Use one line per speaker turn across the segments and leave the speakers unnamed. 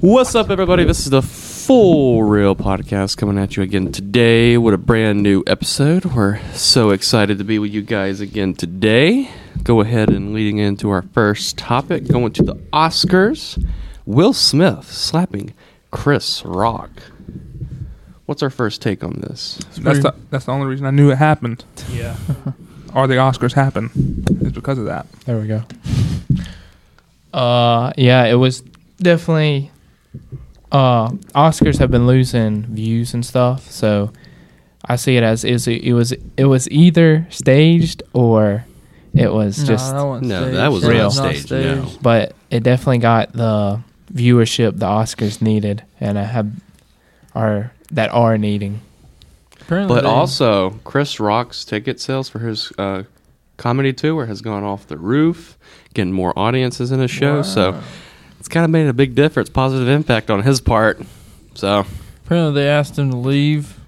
What's up, everybody? This is the Full Real Podcast coming at you again today with a brand new episode. We're so excited to be with you guys again today. Go ahead and leading into our first topic, going to the Oscars. Will Smith slapping Chris Rock. What's our first take on this?
That's the, that's the only reason I knew it happened,
Yeah.
or the Oscars happen, is because of that.
There we go.
Uh, yeah, it was definitely. Uh, Oscars have been losing views and stuff, so I see it as is it was it was either staged or it was just.
No, that was
real.
staged, no.
But it definitely got the viewership the Oscars needed, and I have are that are needing.
Apparently,
But
they-
also, Chris Rock's ticket sales for his uh, comedy tour has gone off the roof, getting more audiences in his show. So it's kind of made a big difference, positive impact on his part. So
apparently they asked him to leave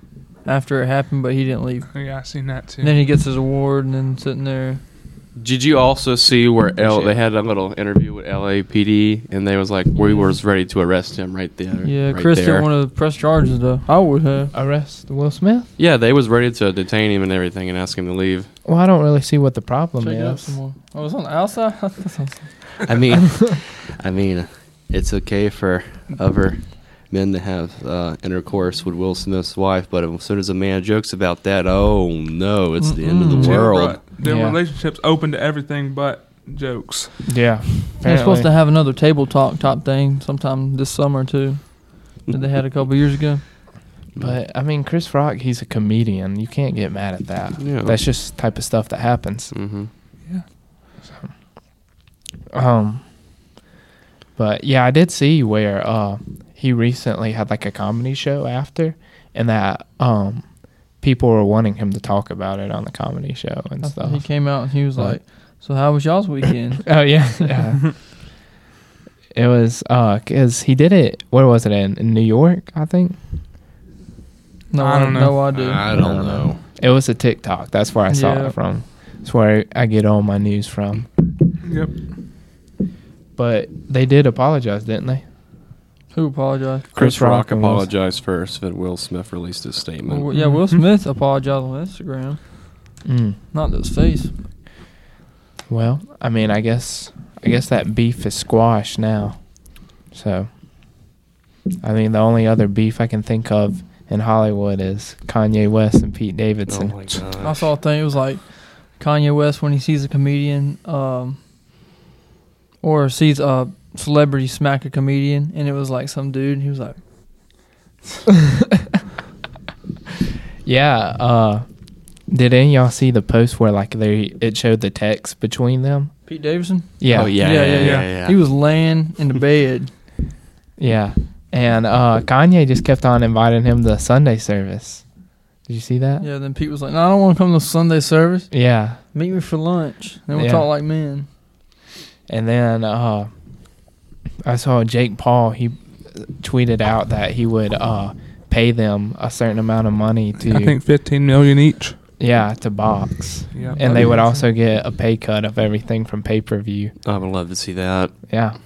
after it happened, but he didn't leave.
Yeah, I seen that too.
And then he gets his award, and then sitting there.
did you also see where L,
Shit.
they had a little interview with LAPD and they was like, we was ready to arrest him right there.
Yeah,
right
Chris
there.
didn't want to press charges though. I would have.
Arrest Will Smith?
Yeah, they was ready to detain him and everything and ask him to leave.
Well, I don't really see what the problem
Check it out
is.
some more. Oh, it's on the outside.
I mean, I mean, it's okay for other men to have uh, intercourse with Will Smith's wife, but as soon as a man jokes about that, oh no, it's the end of
Mm-mm.
the
Yeah,
world.
but Their
Yeah.
relationships open to everything but jokes.
Yeah,
They're supposed to
apparently.
have another table talk type thing sometime this summer too. That they had a couple years ago.
But I mean, Chris Rock, he's a comedian. You can't get mad at that.
Yeah.
That's just type of stuff that happens.
Mm-hmm.
Um, but yeah, I did see where uh he recently had like a comedy show after, and that um people were wanting him to talk about it on the comedy show and
I think Oh, He
stuff.
came out and he was
Right.
like, "So how was y'all's weekend?"
Oh yeah, yeah. it was uh 'cause he did it. Where was it in? in New York, I think.
No,
I don't know.
No, I do.
I
don't know. It was a TikTok. That's where I saw
Yeah.
it from. That's where I get all my news from.
Yep.
But they did apologize, didn't they?
Who apologized?
Chris
Chris
Rock
Rock and Will-
apologized first, but Will Smith released his statement.
Well, yeah, Will Smith apologized on Instagram.
Mm.
Not to his face.
Well, I mean, I guess I guess that beef is squashed now. So, I mean, the only other beef I can think of in Hollywood is Kanye West and Pete
oh
Davidson.
my god!
I saw a thing. It was like Kanye West when he sees a comedian, um, or sees a celebrity smack a comedian, and it was like some dude. And he was like,
Yeah. Uh, did any of y'all see the post where like they it showed the text between them?
"Pete Davidson."
Yeah.
Oh yeah, yeah, yeah, yeah. yeah,
He was laying in the bed.
Yeah. And uh, Kanye just kept on inviting him to Sunday service. Did you see that?
yeah. Then Pete was like, "No, I don't want to come to Sunday service.
Yeah.
Meet me for lunch, and we'll
Yeah.
talk like men."
And then uh, I saw Jake Paul. He tweeted out that he would uh, pay them a certain amount of money
I
to
think 15 million each.
yeah to box,
Yeah.
and
that'd
they
be
would
awesome.
also get a pay cut of everything from pay per view.
Oh, I would love to see that.
Yeah,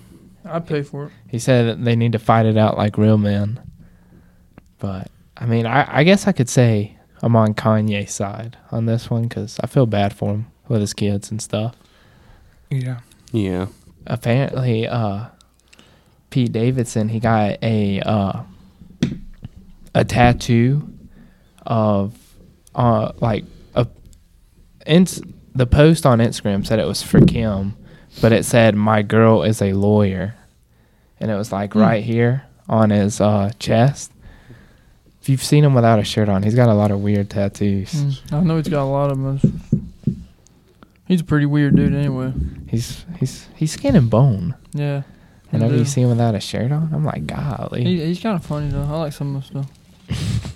I'd pay for it.
he said that they need to fight it out like real men. But I mean, I, I guess I could say I'm on Kanye's side on this one because I feel bad for him with his kids and stuff.
yeah.
Yeah,
apparently uh Pete Davidson he got a uh a tattoo of uh like a ins- the post on Instagram said it was for Kim but it said my girl is a lawyer and it was like right here on his uh chest if you've seen him without a shirt on he's got a lot of weird tattoos
Mm, I know he's got a lot of them. He's a pretty weird dude, anyway.
he's he's he's skin and bone
Yeah.
whenever you
dude.
see him without a shirt on I'm like golly
He, he's kind of funny though. I like some of his stuff.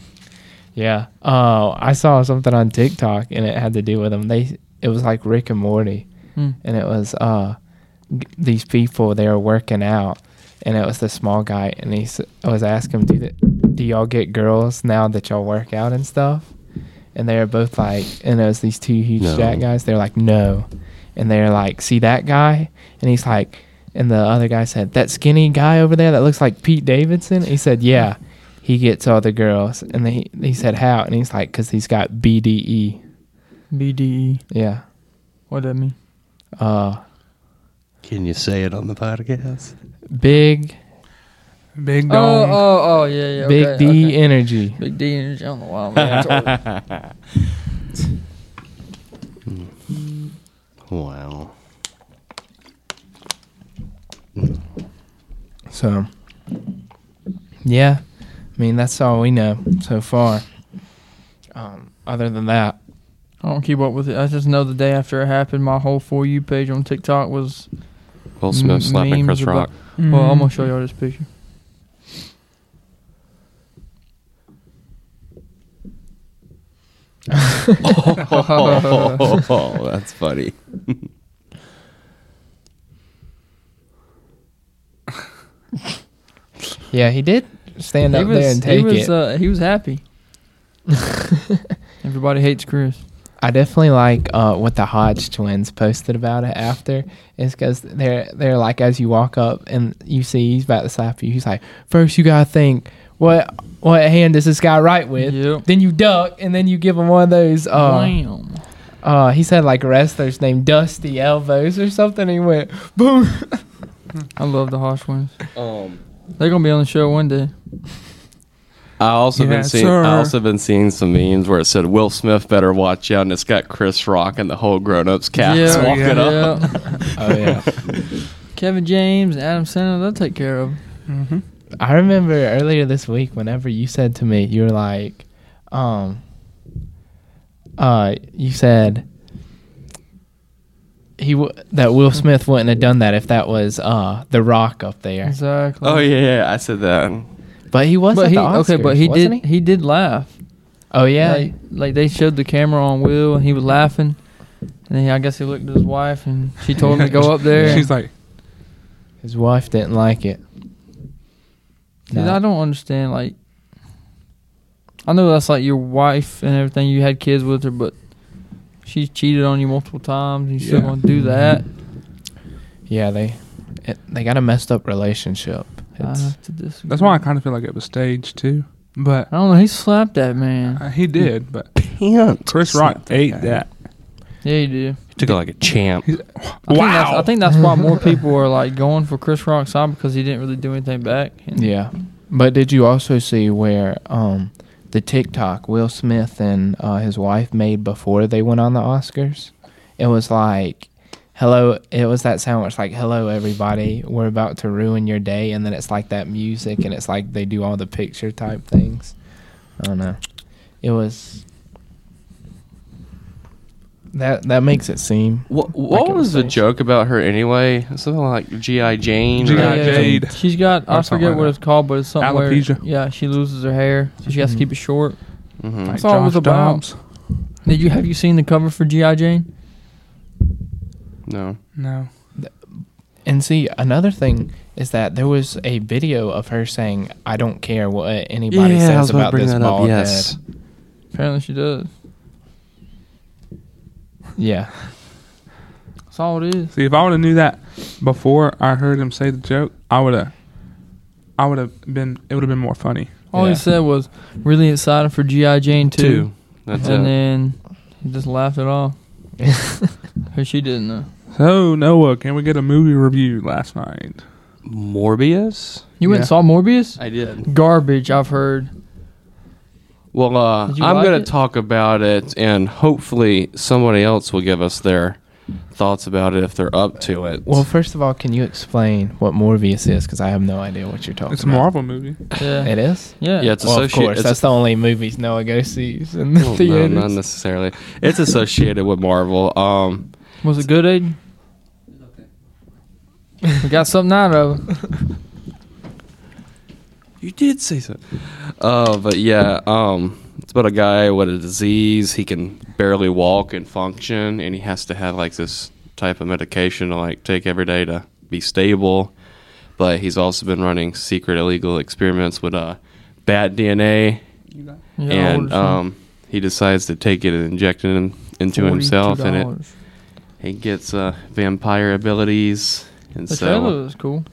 Yeah. Oh, I saw something on TikTok and it had to do with them. They it was like Rick and Morty,
Mm.
and it was uh g- these people they were working out, and it was the small guy, and he s- I was asking him, do th- do y'all get girls now that y'all work out and stuff? And they were both like, and it was these two huge
No.
jack guys. They're like, no, and they're like, see that guy, and he's like, And the other guy said, "That skinny guy over there that looks like Pete Davidson." He said, "Yeah, he gets other girls." And he he said, "How?" And he's like, "Cause he's got BDE."
BDE.
Yeah.
What that mean?
Uh,
Can you say it on the podcast?
big
Big
Oh,
dong.
oh, oh, yeah, yeah.
big
okay,
D
okay.
energy.
Big D energy. I don't know why. Man. It's-
Wow.
So, yeah, I mean that's all we know so far. Um, other than that,
I don't keep up with it. I just know the day after it happened, my whole for you page on TikTok was.
Will Smith
M-
slapping
memes
Chris
about-
Rock.
Well,
Mm.
I'm gonna show y'all this picture.
oh, that's funny.
yeah, he did stand
he
up
was,
there and take
he was,
it.
Uh, he was happy. Everybody hates Chris.
I definitely like uh, what the Hodge twins posted about it after. Is because they're they're like as you walk up and you see he's about to slap you. He's like, first you gotta think what what hand is this guy right with.
Yep.
Then you duck and then you give him one of those. Uh,
Damn.
uh, he said like wrestlers named Dusty Elbows or something. he went boom.
I love the Hosh ones.
Um,
They're gonna be on the show one day.
I also
Yeah,
been seeing.
sir.
I also been seeing some memes where it said Will Smith better watch out, and it's got Chris Rock and the whole grown ups cast
Yeah,
walking
yeah.
up.
Yeah.
Oh yeah.
Kevin James, Adam Sandler, they'll take care of him.
Mm-hmm.
I remember earlier this week whenever you said to me, you were like, um uh you said he w- that Will Smith wouldn't have done that if that was uh The Rock up there.
Exactly.
Oh yeah, yeah, I said that.
But he was
But
at
he,
the Oscars,
okay, but he did.
wasn't
He?
He?
did laugh.
Oh yeah.
Like, like they showed the camera on Will, and he was laughing. And he, I guess he looked at his wife, and she told him to go up there.
She's like,
His wife didn't like it.
Dude,
No.
I don't understand. Like, I know that's like your wife and everything. You had kids with her, but she cheated on you multiple times. And you still
Yeah. Mm-hmm.
gonna do that?
Yeah, they it, they got a messed up relationship.
I
It's
have to disagree.
that's why I kind of feel like it was staged too. But
I don't know. He slapped that man.
uh, he did. But
Pants.
Chris Rock ate that.
Yeah, he did.
took it like a champ.
I think that's-
Wow.
I think that's why more people are like going for Chris Rock's side because he didn't really do anything back. And
Yeah. But did you also see where um the TikTok Will Smith and uh, his wife made before they went on the Oscars? It was like hello it was that sound where it's like hello everybody we're about to ruin your day and then it's like that music and it's like they do all the picture type things i don't know it was that that makes it seem
What,
Like
what
it
was
was
the
staged.
joke about her anyway? Something like GI Jane.
G.I.
right?
Yeah,
Jade.
She's got I
Or something
forget
like
what
that.
it's called, but it's something
Alopecia.
where yeah she loses her hair, so she has to
Mhm.
keep
Mm-hmm.
it short.
Mhm.
Like
That's all it was
Josh
about.
Dobbs.
Did you have you seen the cover for GI Jane?
No.
No.
And see, another thing is that there was a video of her saying, "I don't care what anybody says about, this bald
Yes.
Apparently she does.
head." Yeah,
That's all it is.
See, if I would have knew that before I heard him say the joke, I would have. I would have been. It would have been more funny.
All
Yeah.
he said was really excited for GI Jane two,
Two. That's
and
it.
then he just laughed it off. Cause she didn't know.
So Noah, can we get a movie review last night?
Morbius.
You went
Yeah.
and saw Morbius?
I did.
Garbage, I've heard.
Well, uh,
Did you
I'm
like
going
it?
to talk about it, and hopefully somebody else will give us their thoughts about it if they're up to it.
Well, first of all, can you explain what Morbius is? Because I have no idea what you're talking
It's a
about.
Marvel movie.
Yeah.
It is.
yeah.
yeah, it's
well, of
associated.
course,
it's-
that's the only movies Noah goes sees in the
Well, no,
theaters.
not necessarily. It's associated with Marvel. Um,
Was it good, Aiden? We got something out of it.
You did say so. Uh, but yeah, um, it's about a guy with a disease. He can barely walk and function, and he has to have like this type of medication to like take every day to be stable. But he's also been running secret illegal experiments with uh, bat DNA,
Yeah, I
and
ordered some.
um, he decides to take it and inject it in, into himself, and it
$42.
he gets uh, vampire abilities. And
The
so
trailer was cool.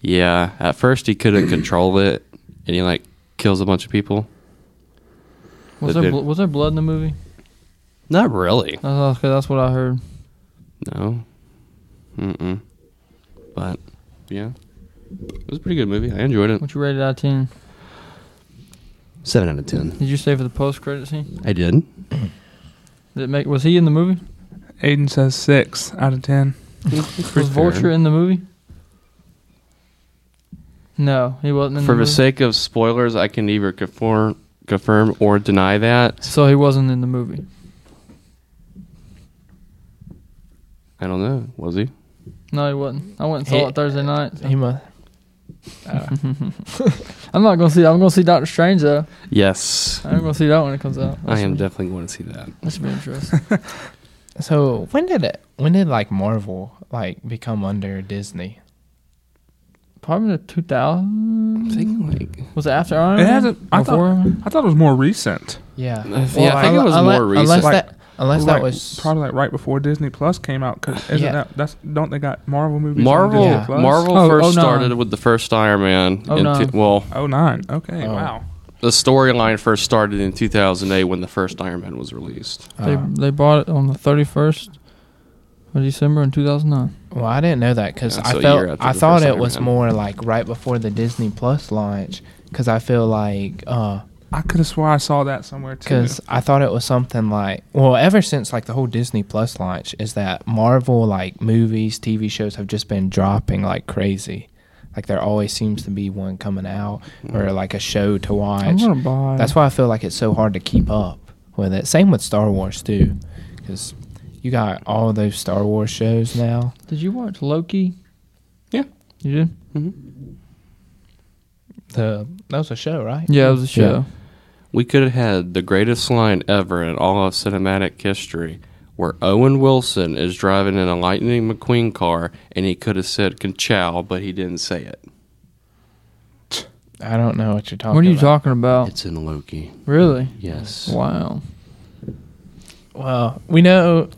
yeah, at first he couldn't control it, and he like kills a bunch of people.
Was
That
there
did-
bl- was there blood in the movie?
Not really.
That's, all- 'cause that's what I heard.
No. Mm-mm. But yeah, it was a pretty good movie. I enjoyed it.
What you rated out of ten?
Seven out of ten.
Did you stay for the post credit scene?
I did.
Did it make? Was he in the movie?
Aiden says six out of ten.
Was Vulture in the movie? No, he wasn't in
For
the
the
movie.
sake of spoilers, I can either confirm, confirm or deny that.
so he wasn't in the movie.
I don't know. Was he?
No, he wasn't. I went and saw
He-
it Thursday night.
He must. Uh,
I'm not gonna see. that. I'm gonna see Doctor Strange though.
Yes.
I'm gonna see that when it comes out.
I am definitely going to see that.
That should be interesting.
so when did it? When did like Marvel like become under Disney?
Probably the 2000.
I'm thinking like
Was it after Iron
It
Man?
hasn't- I thought-
Before Iron Man?
I thought it was more recent.
Yeah.
Uh, I thi- I think it was
unle-
more
Unless
recent.
that, unless that
Like,
was
probably like right before Disney Plus came out. Cause isn't
Yeah.
that that's don't they got Marvel movies? on
Marvel.
Disney
Yeah.
Plus?
Marvel
Oh,
first
09.
started with the first Iron Man. in
09.
two- well,
Oh nine. Okay.
Oh.
Wow.
the storyline first started in 2008 when the first Iron Man was released.
They
uh,
they bought it on the 31st of December in 2009.
Well, I didn't know that because
Yeah, so
I
a year
felt
after
I
the
thought
first
it
Iron
was
Man.
more like right before the Disney Plus launch because I feel like uh
I could have swore I saw that somewhere too.
because I thought it was something like well ever since like the whole Disney Plus launch is that Marvel like movies TV shows have just been dropping like crazy like there always seems to be one coming out
Mm.
or like a show to
I'm
watch
gonna buy.
that's why I feel like it's so hard to keep up with it same with Star Wars too because you got all those Star Wars shows now
Did you watch Loki?
Yeah.
You did?
the that was a show right
Yeah, it was a show.
Yeah.
We could have had the greatest line ever in all of cinematic history, where Owen Wilson is driving in a Lightning McQueen car, and he could have said "Conchow," but he didn't say it.
I don't know what you're talking
What are you
about.
talking about?
It's in Loki.
Really?
Yes.
Wow.
Well, we know,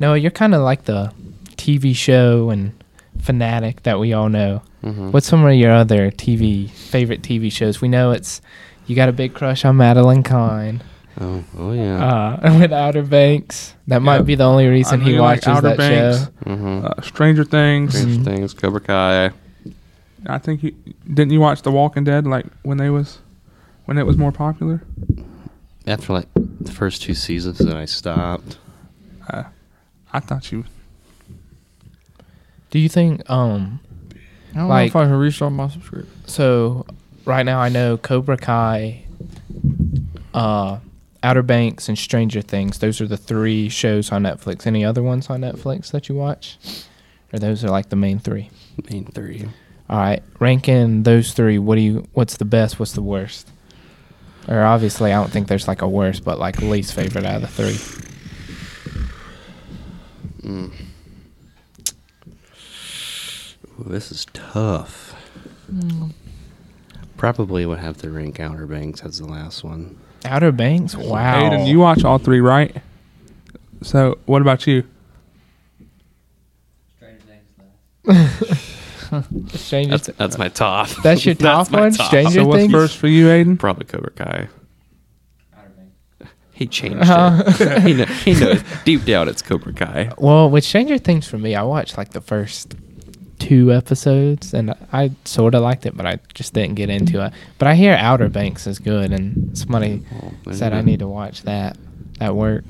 Noah, you're kind of like the TV show and fanatic that we all know.
Mm-hmm.
What's some of your other TV favorite TV shows? We know it's you got a big crush on Madeline Kahn
Oh,
Oh yeah.
uh, with Outer Banks. That might
Yeah.
be the only reason
I
he
really like
watches
Outer
that
Banks.
show.
mm-hmm.
Uh, Stranger Things.
Stranger Things, Cobra Kai.
I think you didn't you watch The Walking Dead like when they was when it was more popular.
After like the first two seasons, then I stopped.
Uh, I thought you.
Do you think? Um,
I don't
Like-
know if I can restart my subscription.
so right now I know Cobra Kai, uh, Outer Banks, and Stranger Things. Those are the three shows on Netflix. Any other ones on Netflix that you watch? Or those are like the main three.
Main three.
All right, ranking those three. What do you? What's the best? What's the worst? Or obviously, I don't think there's like a worst, but like least favorite out of the three.
Mm. Ooh, this is tough.
Mm.
Probably would have to rank Outer Banks as the last one.
Outer Banks. Wow.
Aiden, you watch all three, right? So what about you?
Stranger.
That's
Thi-
that's my top.
That's your top
my
one? Stranger-
So what's
Things?
first for you, Aiden?
Probably Cobra Kai. He changed
Uh-huh.
it. he, kn- he knows deep down it's Cobra Kai.
well, with Stranger Things for me, I watched like the first two episodes, and I sort of liked it, but I just didn't get into it. But I hear Outer Banks is good, and somebody
Well, there
said
you
I
go.
need to watch that at work.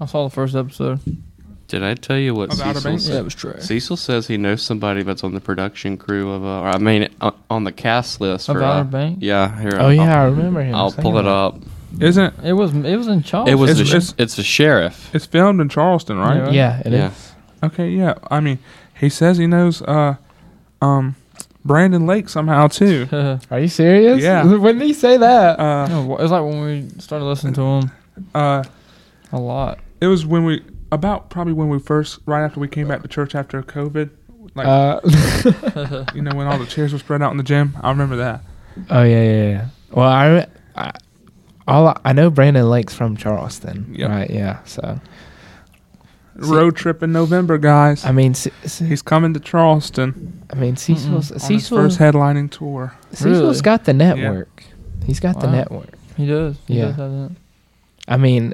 I saw the first episode.
Did I tell you what
Of Outer
Cecil
Banks?
said?
Yeah, it was trash.
Cecil says he knows somebody that's on the production crew of, uh, or I mean, uh, on the cast list
Of
for
Outer
uh,
Banks?
Yeah, here.
Oh
I'll-
yeah, I remember him.
I'll, pull it up.
Isn't
It was it was in Charles.
It was
it's-
the sh-
it's-
it's, the sheriff.
it's filmed in Charleston, right?
Yeah.
Yeah, it is.
Yeah.
Okay, yeah. I mean, he says he knows uh um Brandon Lake somehow too.
no,
Are you serious?
Yeah.
when did he say that?
Uh
it was like when we started listening to him
uh
a lot.
it was when we about probably when we first right after we came back to church after COVID, like
Uh,
you know when all the chairs were spread out in the gym. I remember that.
oh yeah, yeah, yeah. Well, I, re- I all I, I know Brandon Lake's from Charleston,
Yep.
right? Yeah, so
Road trip in November, guys.
I mean, C- C-
He's coming to Charleston
I mean, Cecil's
on his
Cecil
first headlining tour.
Cecil's
Really?
got the network. He's got the
Wow.
network.
He does. He
Yeah.
does have that.
I mean,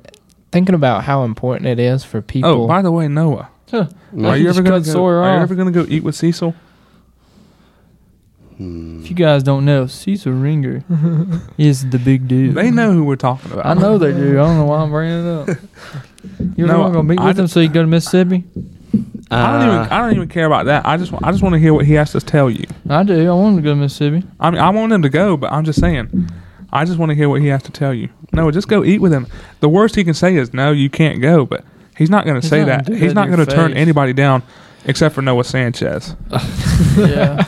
thinking about how important it is for people.
Oh, by the way, Noah,
No.
are you ever
just
gonna
cut
go,
Sawyer
Are you
off.
ever gonna go eat with Cecil?
Hmm.
If you guys don't know, Cecil Ringer is the big dude.
They know who we're talking about.
I know they do. I don't know why I'm bringing it up. You're
No,
not gonna meet
I
with him, so you go to Mississippi.
I don't even.
Uh,
I don't even care about that. I just. wa- I just want to hear what he has to tell you.
I do. I want to go to Mississippi.
I mean, I want him to go, but I'm just saying. I just want to hear what he has to tell you. No, just go eat with him. The worst he can say is no, you can't go. But he's not going to
He's
say
not gonna
that.
do
He's
that
not
to your
going to turn
face.
anybody down, except for Noah Sanchez.
yeah.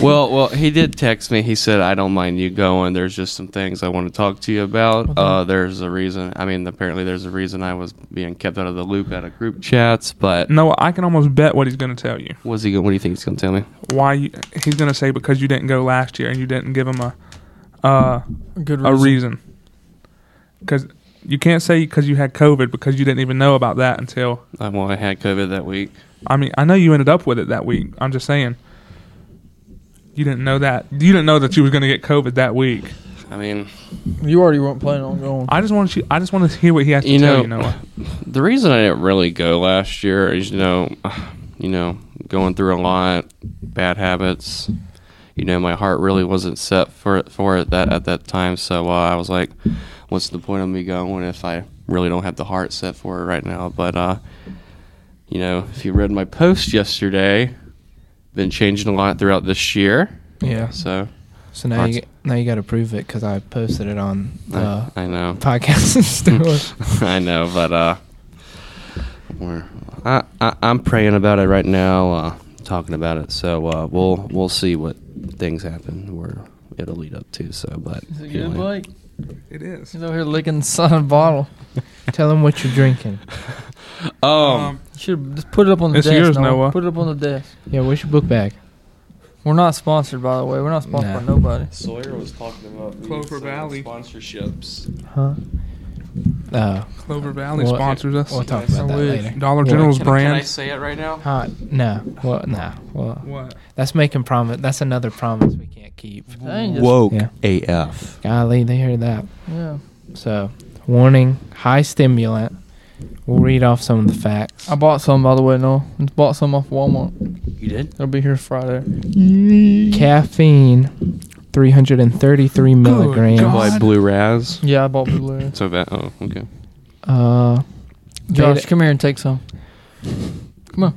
well, well, he did text me. He said, "I don't mind you going. There's just some things I want to talk to you about. Uh, there's a reason. I mean, apparently, there's a reason I was being kept out of the loop out of group chats. But
Noah, I can almost bet what he's going to tell you.
what's he? Gonna, what do you think he's gonna tell me?
Why you, he's going to say because you didn't go last year and you didn't give him a uh,
Good
a
reason.
reason. Because you can't say because you had COVID because you didn't even know about that until.
Uh, well, I had COVID that week.
I mean, I know you ended up with it that week. I'm just saying. You didn't know that. You didn't know that you was going to get COVID that week.
I mean,
you already weren't planning on going.
I just want you. I just want to hear what he has to
You
tell
know-
you, Noah.
the reason I didn't really go last year is, you know, you know, going through a lot, bad habits. You know, my heart really wasn't set for it for it that at that time. So uh, I was like, what's the point of me going if I really don't have the heart set for it right now? But uh, you know, if you read my post yesterday, been changing a lot throughout this year.
yeah.
So
So now you now you got to prove it because I posted it on the
I, I know.
podcast store.
I know, but uh, we're, I, I I'm praying about it right now, uh, talking about it. So uh, we'll we'll see what things happen where it'll lead up to. So, but
Is it
anyway.
good, Blake?
It is.
He's over here licking the side of the bottle.
Tell him what you're drinking.
um,
Um,
You should just put it up on the
It's
desk.
yours,
Noah.
Noah.
Put it up on the desk.
Yeah, where's your book bag?
We're not sponsored, by the way. We're not sponsored
Nah.
by nobody.
Sawyer was talking about uh,
Clover some Valley.
sponsorships.
Huh? Uh,
Clover Valley
Well,
sponsors us.
we'll talk about that
Sandwich.
later.
Dollar
Yeah.
General's
Can I
brand.
say it right now?
Huh? No. Well, no. Well,
What?
that's making promise. That's another promise we can't keep.
Dang, just-
Woke
Yeah.
AF.
Golly, they heard that.
Yeah.
So, warning: high stimulant. We'll read off some of the facts.
I bought some, by the way, Noah. I bought some off Walmart.
You did?
It'll be here Friday.
Caffeine, 333
God.
milligrams.
By Blue Raz.
Yeah, I bought Blue Layer.
So that. Oh, okay.
Uh,
Josh,
beta-
come here and take some. Come on.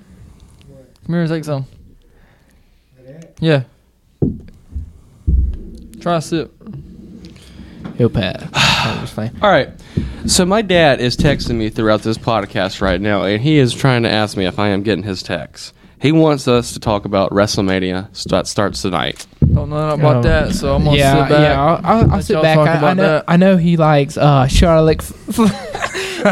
Come here and take some. Yeah. Try a sip.
he'll pass. I was playing.
All right. So my dad is texting me throughout this podcast right now, and he is trying to ask me if I am getting his text. He wants us to talk about WrestleMania st- that starts tonight.
Don't know nothing about
Um,
that, so I'm gonna
yeah,
sit back.
Yeah, I'll, I'll, I'll
Let
sit
y'all
back.
talk
I, I
about
know,
that.
I know he likes uh, Charlotte, F-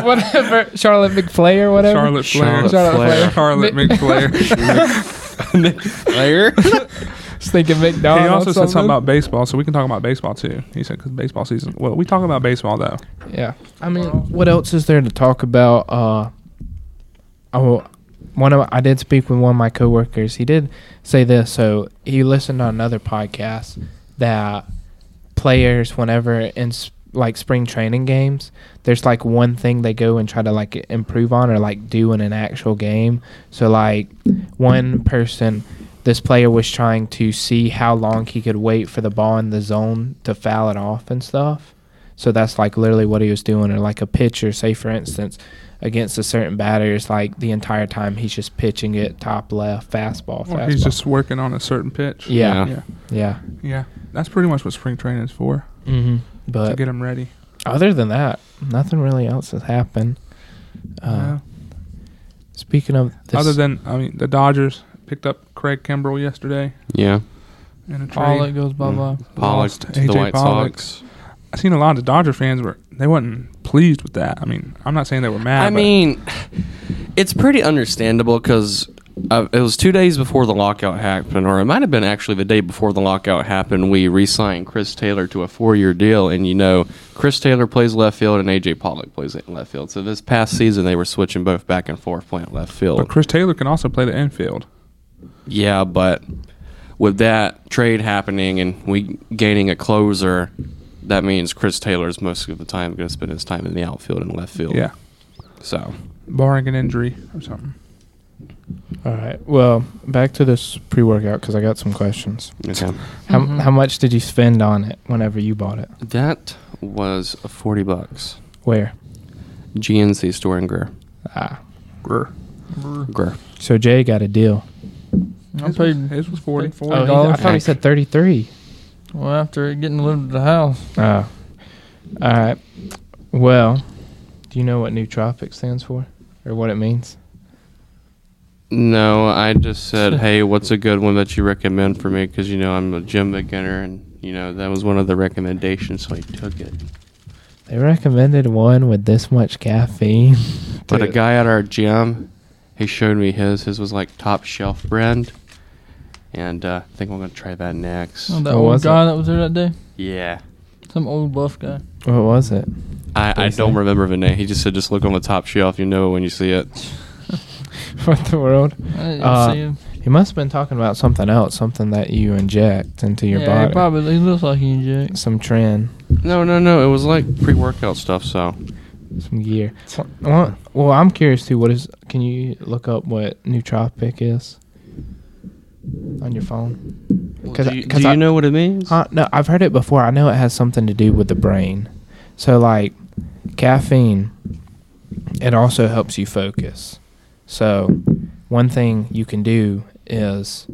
whatever, Charlotte McFlay or whatever.
Charlotte Flair.
Charlotte Charlotte Flair. Flair.
Charlotte McFlair.
Player?
I was thinking
he
McDonald's.
also said something about baseball, so we can talk about baseball too. He said because baseball season. Well, we talk about Oh. baseball though.
Yeah. I mean, what else is there to talk about? Uh, oh, one of I did speak with one of my coworkers. He did say this. So he listened to another podcast that players, whenever in s- like spring training games, there's like one thing they go and try to like improve on or like do in an actual game. So like one person. This player was trying to see how long he could wait for the ball in the zone to foul it off and stuff. So that's like literally what he was doing, or like a pitcher, say for instance, against a certain batter, it's like the entire time he's just pitching it top left, fastball,
Or
fastball.
he's just working on a certain pitch.
Yeah.
yeah,
yeah.
yeah. That's pretty much what spring training is for
hmm
to
But
get him ready.
other than that, nothing really else has happened. Uh,
Yeah.
Speaking of this,
Other than, I mean, the Dodgers picked up Craig Kimbrell yesterday
Yeah.
in a trade.
All that goes bye
Mm.
bye.
Pollock
Lost
to
AJ
the White
Pollock.
Sox.
I seen a lot of Dodger fans were they wasn't pleased with that. I mean, I'm not saying they were mad.
I
but
mean, it's pretty understandable because uh, it was two days before the lockout happened, or it might have been actually the day before the lockout happened. We re-signed Chris Taylor to a four-year deal, and you know, Chris Taylor plays left field and AJ Pollock plays left field. So this past season, they were switching both back and forth playing left field.
But Chris Taylor can also play the infield.
Yeah, but with that trade happening and we gaining a closer, that means Chris Taylor's most of the time going to spend his time in the outfield and left field.
Yeah,
So
barring an injury or something.
All right. Well, back to this pre-workout because I got some questions.
okay.
How
Mhm.
how much did you spend on it whenever you bought it?
that was forty bucks.
Where?
GNC store in Greer.
Ah.
Grr.
Greer.
So Jay got a deal.
I
His was,
paid.
his was forty.
paid
Forty.
Oh,
$40.
he- I thought he said thirty-three.
Well, after getting lived at the house,
Oh. All right. Well, do you know what nootropic stands for or what it means?
No, I just said, hey, what's a good one that you recommend for me? Because you know I'm a gym beginner, and you know that was one of the recommendations, so I took it.
They recommended one with this much caffeine.
But a
Dude.
guy at our gym, he showed me his. His was like top shelf brand, and uh, I think I'm gonna try that next.
Oh, that
Oh,
old
was
guy
it?
that was there that day,
Yeah,
some old buff guy.
What was it?
I, I
What'd he
don't
say?
remember the name. He just said, just look on the top shelf. You know it when you see it.
what the world?
I didn't
Uh,
see him.
He must have been talking about something else, something that you inject into your
yeah,
body.
He probably he looks like he injects.
some trend,
No, no, no. It was like pre-workout stuff. So
some gear. Well, well, I'm curious too. What is? Can you look up what nootropic is on your phone? Cause
do
I-
you,
cause
do
I-
you know what it means?
Uh, no, I've heard it before. I know it has something to do with the brain. So, like caffeine, it also helps you focus. So, one thing you can do is,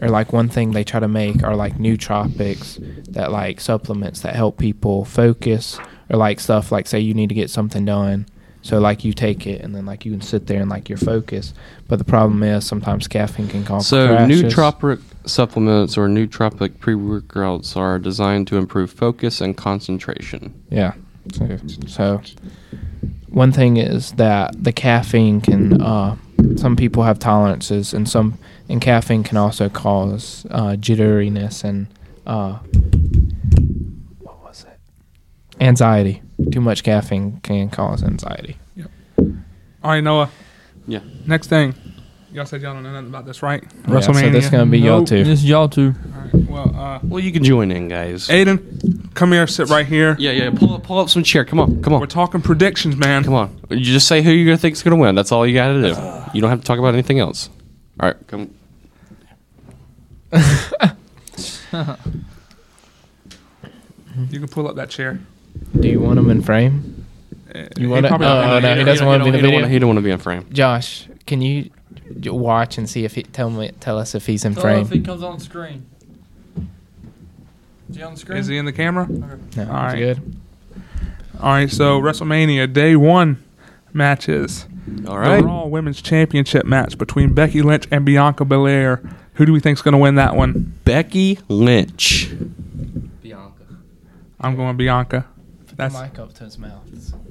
or like one thing they try to make are like nootropics that like supplements that help people focus, or like stuff like say you need to get something done. So like you take it and then like you can sit there and like you're focused. But the problem is sometimes caffeine can cause
So
crashes.
nootropic supplements or nootropic pre-workouts are designed to improve focus and concentration.
Yeah. So, so one thing is that the caffeine can. Uh, some people have tolerances, and some and caffeine can also cause uh, jitteriness and uh, what was it? Anxiety. Too much caffeine can cause anxiety.
All right, Noah.
Yeah.
Next thing, y'all said y'all don't know nothing about this, right?
Yeah, so this gonna be y'all
Nope,
too.
This is y'all two.
All right, well, uh,
Well, you can join in, guys.
Aiden, come here. Sit right here.
Yeah, yeah. Pull up, pull up some chair. Come on, come
We're
on,
talking predictions, man.
come on. You just say who you gonna think's gonna win. That's all you gotta do. You don't have to talk about anything else. All right, come.
You can pull up that chair.
Do you want them in frame?
Uh,
You
he
wanna-
probably
oh,
don't wanna
no,
hear
he
it.
doesn't wanna be in the
He don't
video.
wanna- He don't want to be in frame.
Josh, can you j- watch and see if he tell me tell us if he's in
Tell
frame?
if he comes on screen. Is he on screen?
Is he in the camera?
no,
All
he's
right.
good.
All right. So WrestleMania Day One matches.
All
The
right.
Raw Women's Championship match between Becky Lynch and Bianca Belair. Who do we think's going to win that one?
Becky Lynch.
Bianca,
I'm going Bianca. That's
mic up to his mouth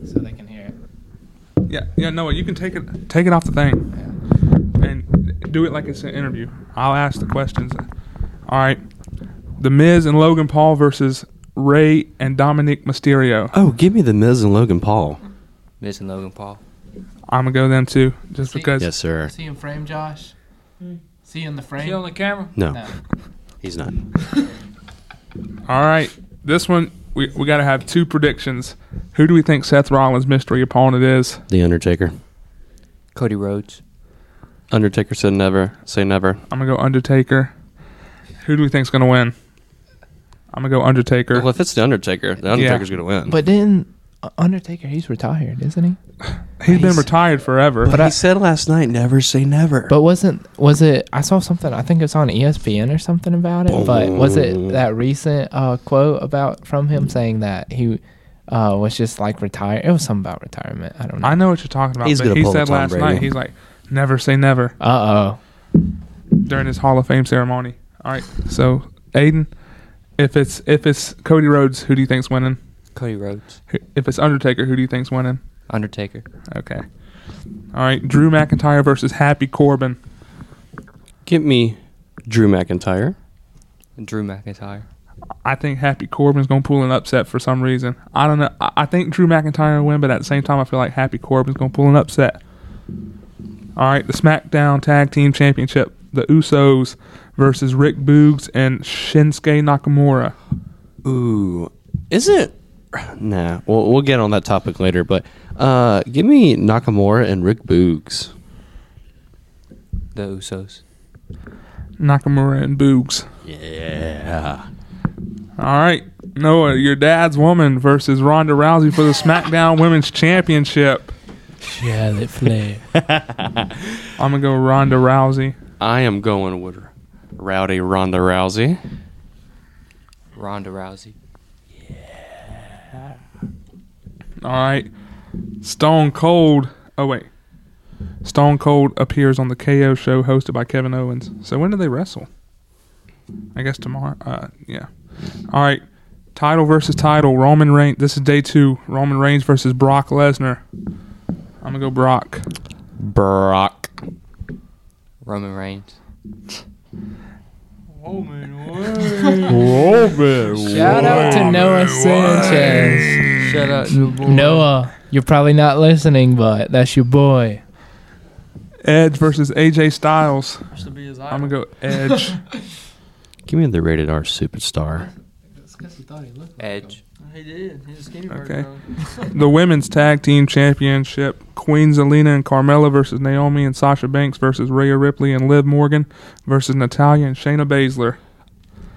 so they can hear it.
yeah. Yeah. Noah, you can take it. Take it off the thing and do it like it's an interview. I'll ask the questions. All right. The Miz and Logan Paul versus Ray and Dominic Mysterio.
Oh, give me the Miz and Logan Paul.
Miz and Logan Paul.
I'm gonna go them too, just
See-
because.
Yes, sir.
See in frame, Josh? See in the frame?
Is he on the camera?
No, he's not.
All right. This one we we got to have two predictions. Who do we think Seth Rollins' mystery opponent is?
The Undertaker.
Cody Rhodes.
Undertaker said never. Say never.
I'm gonna go Undertaker. Who do we think's gonna win? I'm gonna go Undertaker.
Well, if it's the Undertaker, the Undertaker's gonna win.
But then uh, Undertaker, he's retired, isn't he?
He's been
Nice.
retired forever.
But I-
said last night, never say never.
But wasn't was it? I saw something. I think it's on E ESPN or something about it. But was it that recent uh, quote about from him saying that he uh, was just like retired? It was something about retirement. I don't know.
I know what you're talking about.
He's
but
gonna
he
pull a
said
Tom
last
Brady.
night he's like, "Never say never"
Uh oh.
during his Hall of Fame ceremony. All right. So, Aiden, if it's if it's Cody Rhodes, who do you think's winning?
Cody Rhodes.
Who- If it's Undertaker, who do you think's winning?
Undertaker.
Okay. All right. Drew McIntyre versus Happy Corbin.
Give me Drew McIntyre.
Drew McIntyre.
I think Happy Corbin's going to pull an upset for some reason. I don't know. I, I think Drew McIntyre will win, but at the same time, I feel like Happy Corbin's going to pull an upset. All right, the SmackDown Tag Team Championship, the Usos versus Rick Boogs and Shinsuke Nakamura.
Ooh, is it? Nah, we'll, we'll get on that topic later. But uh, give me Nakamura and Rick Boogs.
The Usos.
Nakamura and Boogs.
Yeah.
All right, Noah, your dad's woman versus Ronda Rousey for the SmackDown Women's Championship.
Charlotte Flair.
I'm going to go Ronda Rousey.
I am going with Rowdy Ronda Rousey.
Ronda Rousey.
All right. Stone Cold. Oh wait. Stone Cold appears on the KO show hosted by Kevin Owens. So when do they wrestle? I guess tomorrow. Uh, yeah. All right. Title versus title. Roman Reigns. This is day two. Roman Reigns versus Brock Lesnar. I'm gonna go Brock.
Brock.
Roman Reigns.
Shout out to Noah Sanchez.
Shout out to the boy.
Noah, you're probably not listening, but that's your boy.
Edge versus AJ Styles.
That should be his
I'm gonna
idol.
go Edge.
Give me the rated R superstar.
Edge.
He did. He's a skinny
Okay.
okay.
the women's tag team championship. Queen Zelina and Carmella versus Naomi and Sasha Banks versus Rhea Ripley and Liv Morgan versus Natalia and Shayna Baszler.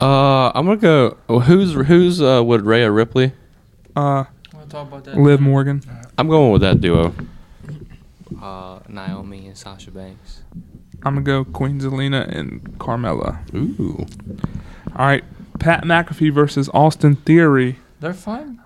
Uh, I'm gonna go. oh, Who's who's uh with Rhea Ripley?
Uh,
We'll talk about that.
Liv Morgan.
I'm going with that duo.
Uh, Naomi and Sasha Banks.
I'm gonna go Queen Zelina and Carmella.
Ooh,
All right, Pat McAfee versus Austin Theory.
They're fine.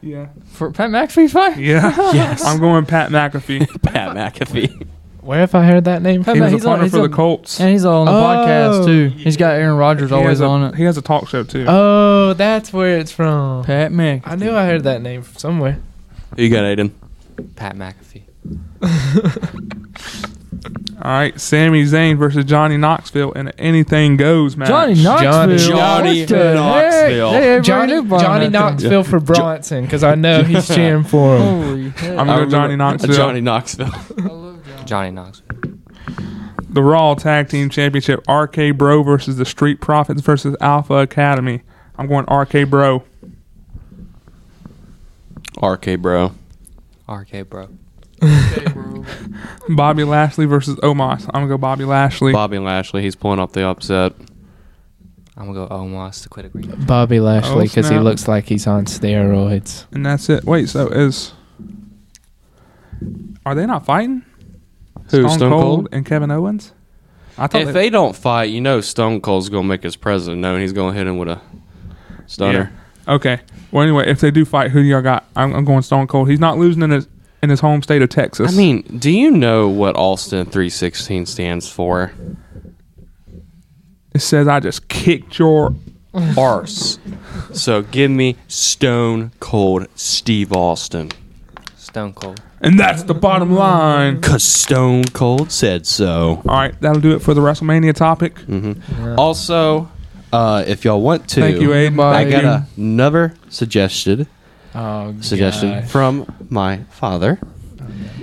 Yeah.
For Pat McAfee fine?
Yeah. yes. I'm going Pat McAfee.
Pat McAfee.
Where have I heard that name?
Pat
he was
Mc- he's
a partner
he's
for the Colts.
And he's on the
Oh,
podcast too. He's got Aaron Rodgers
He
always
has a-
on it. Uh,
He has a talk show too.
Oh, that's where it's from.
Pat Mc.
I knew I heard that name from somewhere.
Who you got, Aiden?
Pat McAfee.
All right, Sami Zayn versus Johnny Knoxville in an anything goes match.
Johnny
Johnny-
Knoxville.
Johnny
What the heck?
Knoxville.
They everybody
Johnny
knew about
Johnny
that thing.
Knoxville for Bronson, because I know he's cheering for him.
Holy heck.
I'm gonna go Johnny Knoxville.
Johnny Knoxville.
I love Johnny.
Johnny Knoxville.
The Raw Tag Team Championship, RK Bro versus the Street Profits versus Alpha Academy. I'm going RK Bro.
RK bro.
RK bro.
Bobby Lashley versus Omos. I'm gonna go Bobby Lashley.
Bobby Lashley. He's pulling off the upset.
I'm gonna go Omos to quit agreement.
Bobby Lashley,
Oh,
because he
snap.
looks like he's on steroids.
and that's it. Wait, so is are they not fighting?
Who? Stone Cold?
and Kevin Owens. I thought
If
they,
they don't fight, you know Stone Cold's gonna make his president known. He's gonna hit him with a stunner.
okay. Well, anyway, if they do fight, who do y'all got? I'm, I'm going Stone Cold. He's not losing in his in his home state of Texas.
I mean, do you know what Austin 316 stands for?
it says I just kicked your.
Arse. so give me Stone Cold Steve Austin.
Stone Cold.
And that's the bottom line.
Cause Stone Cold said so.
All right, that'll do it for the WrestleMania topic.
Mm-hmm. Also, uh, if y'all want to,
Thank you, Aiden.
I got
Thank you.
another suggested
Oh,
suggestion
gosh.
from my father.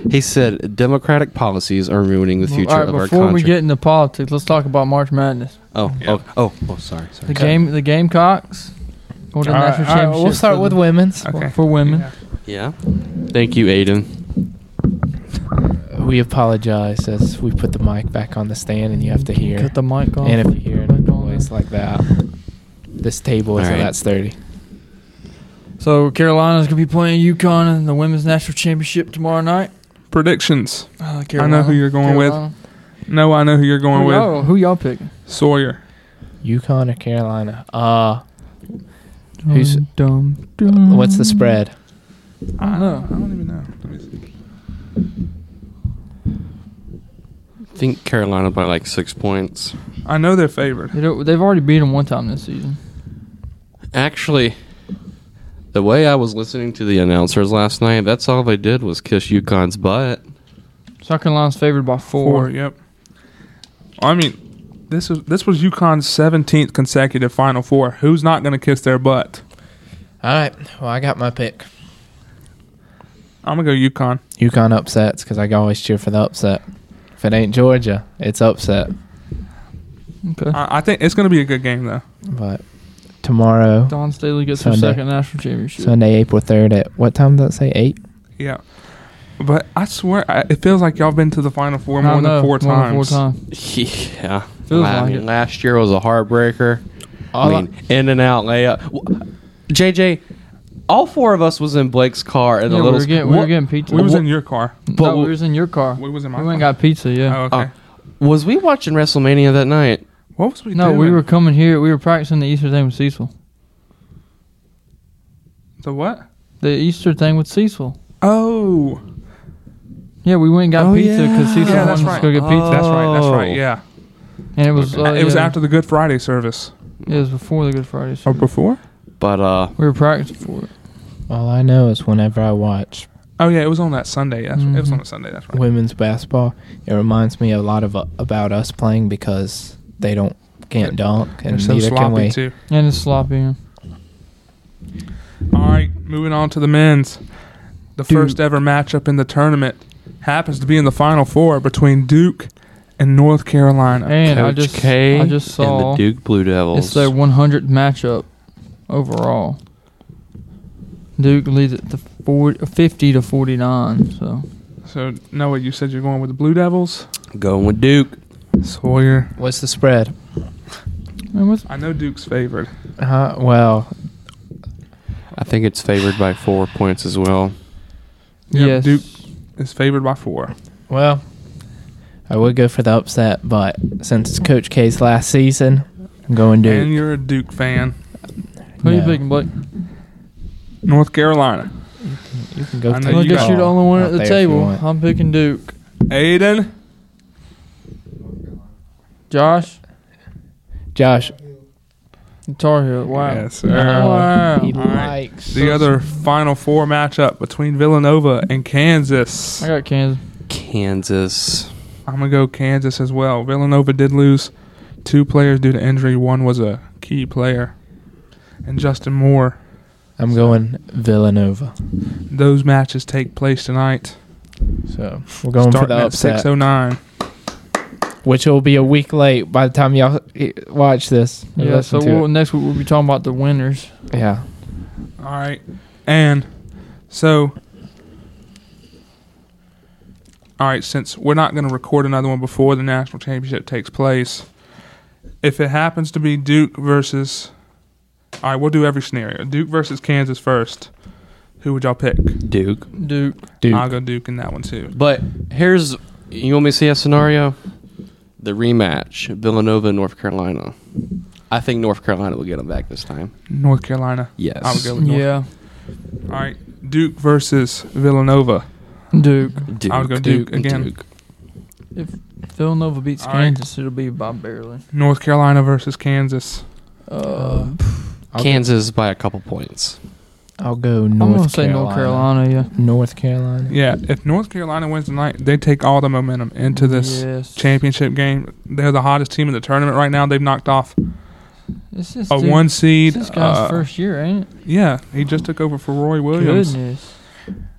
He said democratic policies are ruining the future
All right,
of our
before we
country.
get into politics, let's talk about March Madness.
oh,
Yeah.
oh, oh, oh, sorry,
The
sorry.
game, the Gamecocks, or the
All right,
national
all right,
championship.
We'll start
for
with
the-
women's.
Okay.
for women.
Yeah. Thank you, Aiden.
We apologize as we put the mic back on the stand and you have to hear.
Cut the mic off.
And if you hear
Put
any
it back on
noise
there.
like that, this table is
All right.
that sturdy.
So Carolina's gonna be playing UConn in the women's national championship tomorrow night.
Predictions.
Uh,
I know who you're going with. No, I know who you're going
Who
with.
y'all, who y'all pick?
Sawyer.
Yukon or Carolina? Uh, Who's-
dumb?
what's the spread?
I don't know.
I don't even know. Let me see.
I think Carolina by like six points.
I know they're favored.
They don't- They've already beat them one time this season.
Actually, the way I was listening to the announcers last night, that's all they did was kiss UConn's butt.
South Carolina's favored by four.
Four. Yep. I mean, This was this was UConn's 17th consecutive Final Four. Who's not going to kiss their butt?
All right. Well, I got my pick.
I'm gonna go UConn.
UConn upsets because I always cheer for the upset. If it ain't Georgia, it's upset.
Okay.
I, I think it's gonna be a good game though.
But tomorrow,
Don Staley gets her
Sunday.
second national championship.
Sunday, April 3rd at what time does that say? 8?
Yeah, but I swear I, it feels like y'all been to the Final Four more
I know,
than four times.
More than four times.
Yeah.
Feels
I
like
mean,
it.
last year was a heartbreaker. I mean, in and out layup. W- JJ, all four of us was in Blake's car in
Yeah,
the
we
little.
were getting, we were
what-
getting pizza.
We was in your car.
but
no, we was in your car.
We was in my
We went and
car.
got pizza. Yeah.
Oh, okay.
was we watching WrestleMania that night?
What was we
no,
doing?
we were coming here. We were practicing the Easter thing with Cecil.
the what?
The Easter thing with Cecil.
Oh,
Yeah, we went and got
Oh,
pizza because
yeah.
Cecil
yeah, that's
wanted
right.
us to go get pizza.
That's right. That's right.
Oh.
Yeah,
And it was
Oh,
uh,
it was
yeah,
after the Good Friday service
It was before the Good Friday.
Oh,
or
service.
before.
But uh,
We were practicing for it.
All I know is whenever I watch
Oh yeah, it was on that Sunday. That's right. It
Mm-hmm.
was
Mhm.
on a Sunday. That's right.
women's basketball, it reminds me a lot of uh, about us playing because they don't can't dunk
They're
and
so
neither can
sloppy
we.
too.
And it's sloppy.
All right, moving on to the men's. The
Duke.
first ever matchup in the tournament happens to be in the Final Four between Duke and North Carolina.
And I
Coach
just
K
I just
and
saw
the Duke Blue Devils.
It's their 100th matchup overall. Duke leads it to 40, 50 to 49. So
So Noah, you said you're going with the Blue Devils.
Going with Duke.
Sawyer.
What's the spread?
and what's
I know Duke's favored.
Uh, well,
I think it's favored by four points as well.
Yep,
yes,
Duke is favored by four.
well, I would go for the upset, but since it's Coach K's last season, I'm going
And
Duke.
you're a Duke fan.
Who you
No.
picking, Blake?
North Carolina.
You can go
I know
I
you
guess
got-
you're the only one
out
at the
there if you
table.
want.
I'm picking Duke.
Aiden.
Josh,
Josh.
Tar Heel. Wow.
Yes, sir.
Wow.
He
Oh, All right.
likes.
The other Final Four matchup between Villanova and Kansas.
I got Kansas.
Kansas.
I'm gonna go Kansas as well. Villanova did lose two players due to injury. One was a key player, and Justin Moore.
I'm going Villanova.
Those matches take place tonight,
So we're going for
starting
the
at
upset,
six oh nine.
which will be a week late by the time y'all eh, watch this. or
Yeah, so
listen to
we'll,
it.
next week we'll be talking about the winners.
yeah.
All right, and so. All right, since we're not going to record another one before the national championship takes place, if it happens to be Duke versus, all right, we'll do every scenario. Duke versus Kansas first. Who would y'all pick?
Duke.
Duke.
Duke.
I'll go Duke in that one too.
But here's you want me to see a scenario? The rematch, Villanova, and North Carolina. I think North Carolina will get them back this time.
North Carolina.
Yes.
I would go with North.
Yeah.
All right, Duke versus Villanova.
Duke.
Duke.
I would go Duke again.
Villanova beats
All right.
Kansas. It'll be by barely.
North Carolina versus Kansas.
Uh,
I'll go-
Kansas by a couple points.
I'll go
I'm
North
gonna
Carolina.
say North Carolina. Yeah.
North Carolina.
Yeah, if North Carolina wins tonight, they take all the momentum into this
Yes.
championship game. They're the hottest team in the tournament right now. They've knocked off
This is
a
Duke-
one seed.
This guy's
uh,
first year, ain't it?
Yeah, he just took over for Roy Williams.
Goodness.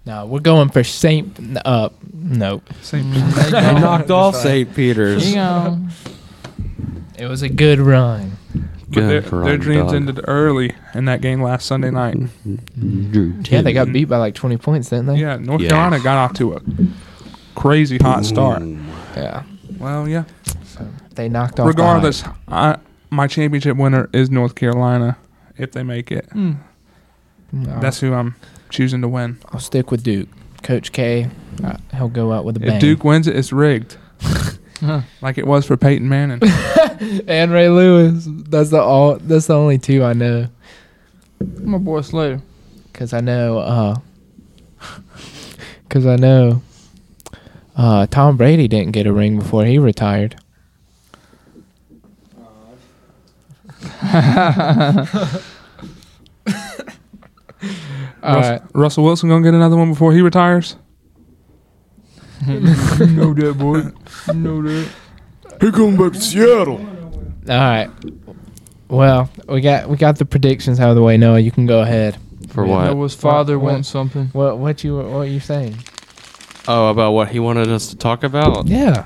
No, we're going for Saint. Uh, no.
Same-
Mm, they gone.
off St. Peter's.
He um, gone.
It was a good run.
but their,
Good for
their
underdog.
dreams ended early in that game last Sunday night.
Mm-hmm.
Yeah, they got beat by like 20 points, didn't they?
Yeah, North
Yeah.
Carolina got off to a crazy
Mm-hmm.
hot start.
Yeah.
Well, yeah.
They knocked off. the
Regardless, I, my championship winner is North Carolina if they make it.
Mm.
hype. No,
That's who I'm choosing to win.
I'll stick with Duke. Coach K, uh, he'll go out with a bang.
If Duke wins it, it's rigged,
Huh.
like it was for Peyton Manning.
and Ray Lewis. That's the all. That's the only two I know.
My boy Slater.
Cause I know. Uh, Cause I know. Uh, Tom Brady didn't get a ring before he retired. All
Russ-
right.
Russell Wilson gonna get another one before he retires. no that boy.
No, dude.
He coming back to Seattle.
All right. Well, we got we got the predictions out of the way. Noah, you can go ahead.
For
Yeah,
what?
Noah's father
What-
wants something.
What what you what you saying?
Oh, about what he wanted us to talk about?
Yeah.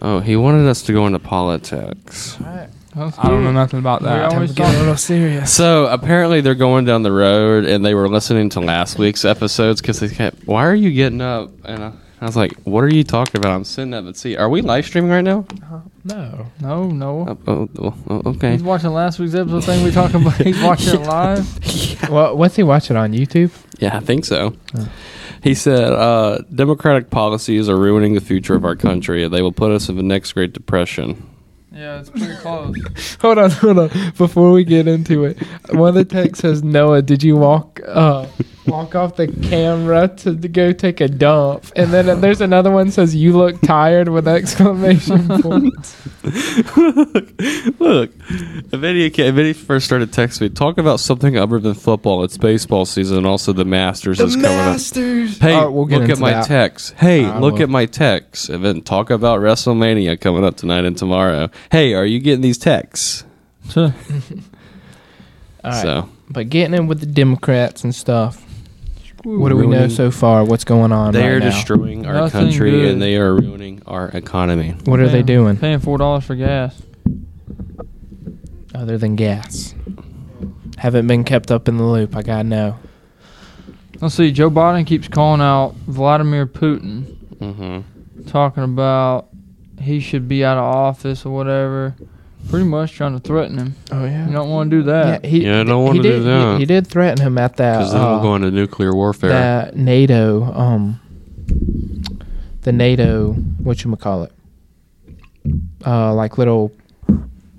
Oh, he wanted us to go into politics.
All right.
I don't know nothing about
We
that.
always
Get a
talk.
little serious.
So apparently they're going down the road, and they were listening to last week's episodes because they kept, "Why are you getting up?" And I, I was like, "What are you talking about?" I'm sitting up and see. Are we live streaming right now?
No.
No, Noah.
Oh, oh, oh, oh, okay.
He's watching last week's episode thing we talking about. He's watching it live.
Well, what's he watching on YouTube?
Yeah, I think so.
Oh.
He said, uh, "Democratic policies are ruining the future of our country. They will put us in the next Great Depression."
Yeah, it's pretty close.
Hold on, hold on. Before we get into it, one of the texts says, "Noah, did you walk uh, walk off the camera to, to go take a dump?" And then there's another one says, "You look tired!" with exclamation point.
Look, if any, if any first started texting me, talk about something other than football. It's baseball season, and also the Masters is coming up.
Masters.
Hey,
All right, we'll get
look
into
at my
that.
text. Hey,
I
look
will.
at my text. And then talk about WrestleMania coming up tonight and tomorrow. Hey, are you getting these texts?
All right.
So,
But getting in with the Democrats and stuff. What do we know so far? What's going on
they are
right now?
destroying our
Nothing
country
good.
and they are ruining our economy.
what are they
Paying-
doing
Paying four dollars for gas.
other than gas? Haven't been kept up in the loop. I gotta know.
Let's see. Joe Biden keeps calling out Vladimir Putin,
hmm
talking about he should be out of office or whatever. Pretty much trying to threaten him.
Oh yeah.
You don't want to do that.
he,
Yeah, I don't
he
wanna do
did- he-
that.
He, did threaten him at that.
Because then we'll
uh,
go into nuclear warfare.
That NATO, um, the NATO, what you call it, uh, like little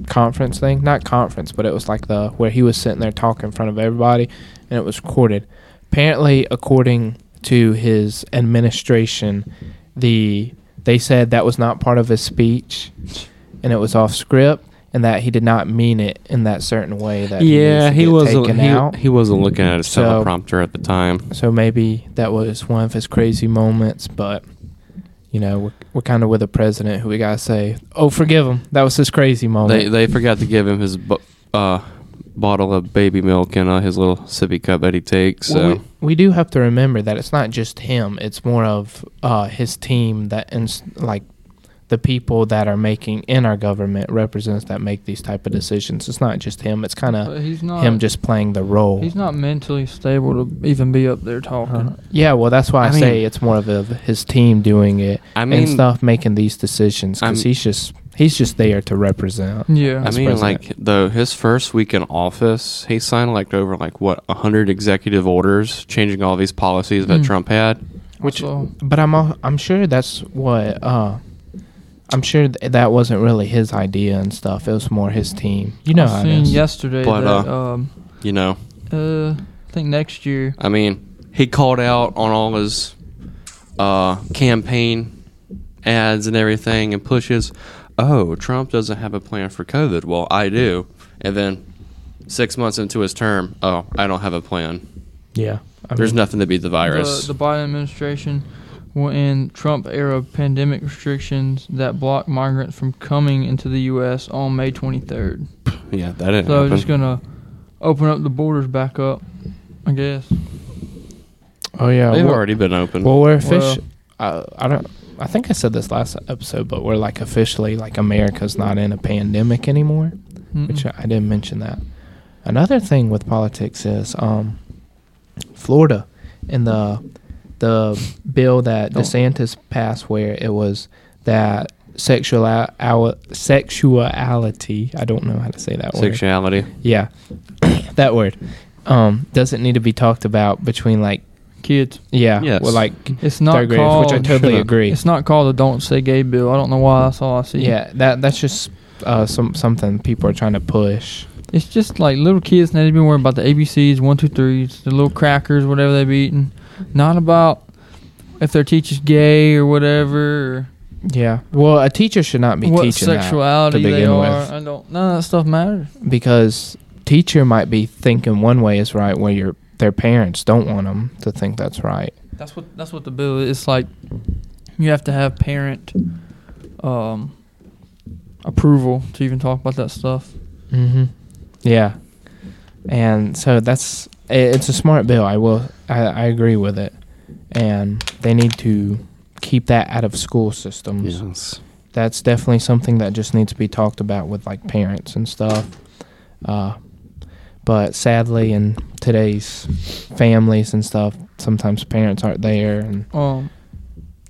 conference thing. Not conference, but it was like the where he was sitting there talking in front of everybody, and it was recorded. Apparently, according to his administration, the they said that was not part of his speech, and it was off script. And that he did not mean it in that certain way. That
yeah,
needs to
he
get
wasn't.
taken
He,
out.
he wasn't looking at his
So-
teleprompter at the time.
So maybe that was one of his crazy moments, but you know, we're, we're kind of with a president who we gotta say, "Oh, forgive him." That was his crazy moment.
They they forgot to give him his bu- uh, bottle of baby milk and uh, his little sippy cup that he takes. So.
Well, we, we do have to remember that it's not just him; it's more of uh, his team that and s- like the people that are making in our government represents that make these type of decisions. It's not just him; it's kind of
But he's not.
him just playing the role.
He's not mentally stable to even be up there talking.
Uh, yeah, well, that's why I,
I mean-
say it's more of a, his team doing it.
I
and
mean,
stuff making these decisions because
I'm-
he's just he's just there to represent.
Yeah.
I
as
mean,
president.
like the his first week in office, he signed like over like what hundred executive orders, changing all these policies
Hmm.
that
Mm.
Trump had.
which-
So,
But I'm al- I'm sure that's what uh, I'm sure th- that wasn't really his idea and stuff. It was more his team. You know
I
how it
seen
is.
yesterday
But,
that
uh,
um
You know,
uh I think next year
I mean, he called out on all his uh, campaign ads and everything, and pushes. Oh, Trump doesn't have a plan for COVID. Well, I do. And then six months into his term, oh, I don't have a plan.
Yeah, I
There's
mean,
nothing to beat the virus.
The, the Biden administration will end Trump era pandemic restrictions that block migrants from coming into the US on May twenty third.
yeah, that didn't
So
happen.
just gonna open up the borders back up, I guess.
Oh yeah.
They've
we're-
already been open.
well,
Well-
we're official. I, I don't. I think I said this last episode, but we're like officially like America's not in a pandemic anymore.
Mm-mm.
which uh, I I didn't mention that. Another thing with politics is um, Florida and the the bill that
Don't-
DeSantis passed, where it was that sexual our sexuality. I don't know how to say that word.
Sexuality.
Yeah, that word um, doesn't need to be talked about between like
Kids.
yeah,
Yes.
well like
It's not
third graders,
called
which I totally
shouldn't.
agree.
it's not called the don't say gay bill. I don't know why that's all I see.
Yeah, that that's just uh, some something people are trying to push.
It's just like little kids and they've been worrying about the ABCs, one, two, threes, the little crackers, whatever they've eaten. Not about if their teacher's gay or whatever,
Yeah, well, a teacher should not
or
be
what
teaching that.
sexuality
to
they
begin
are.
with.
I don't. None of that stuff matters.
because teacher might be thinking one way is right where your their parents don't want them to think that's right.
That's what. That's what the bill is. It's like you have to have parent, um, approval to even talk about that stuff.
Mm-hmm. Yeah, and so that's i it's a smart bill. I will. I, I agree with it, and they need to keep that out of school systems.
Yes.
That's definitely something that just needs to be talked about with like parents and stuff. Uh, but sadly, in today's families and stuff, sometimes parents aren't there, and
Um,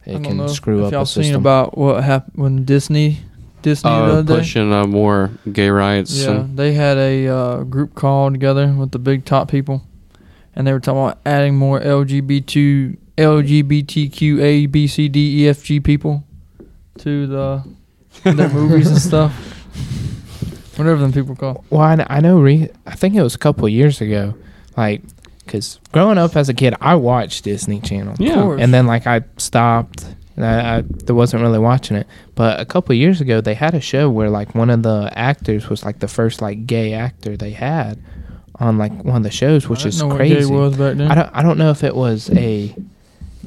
I
it
don't
can
know
screw
if
up
y'all
a
seen
system.
about what happened when Disney Disney the
Uh,
other day.
pushing uh, more gay rights.
Yeah,
And,
they had a uh, group call together with the big top people, and they were talking about adding more LGBT LGBTQ A B C D E F G people to the their movies and stuff. Whatever them people call.
Well, I, kn- I know. Re- I think it was a couple of years ago, like, because growing up as a kid, I watched Disney Channel,
Yeah. Of course.
and then like I stopped, and I, I there wasn't really watching it. But a couple of years ago, they had a show where like one of the actors was like the first like gay actor they had on like one of the shows,
I
which
didn't
is
know what
crazy.
gay was back then.
I don't I don't know if it was a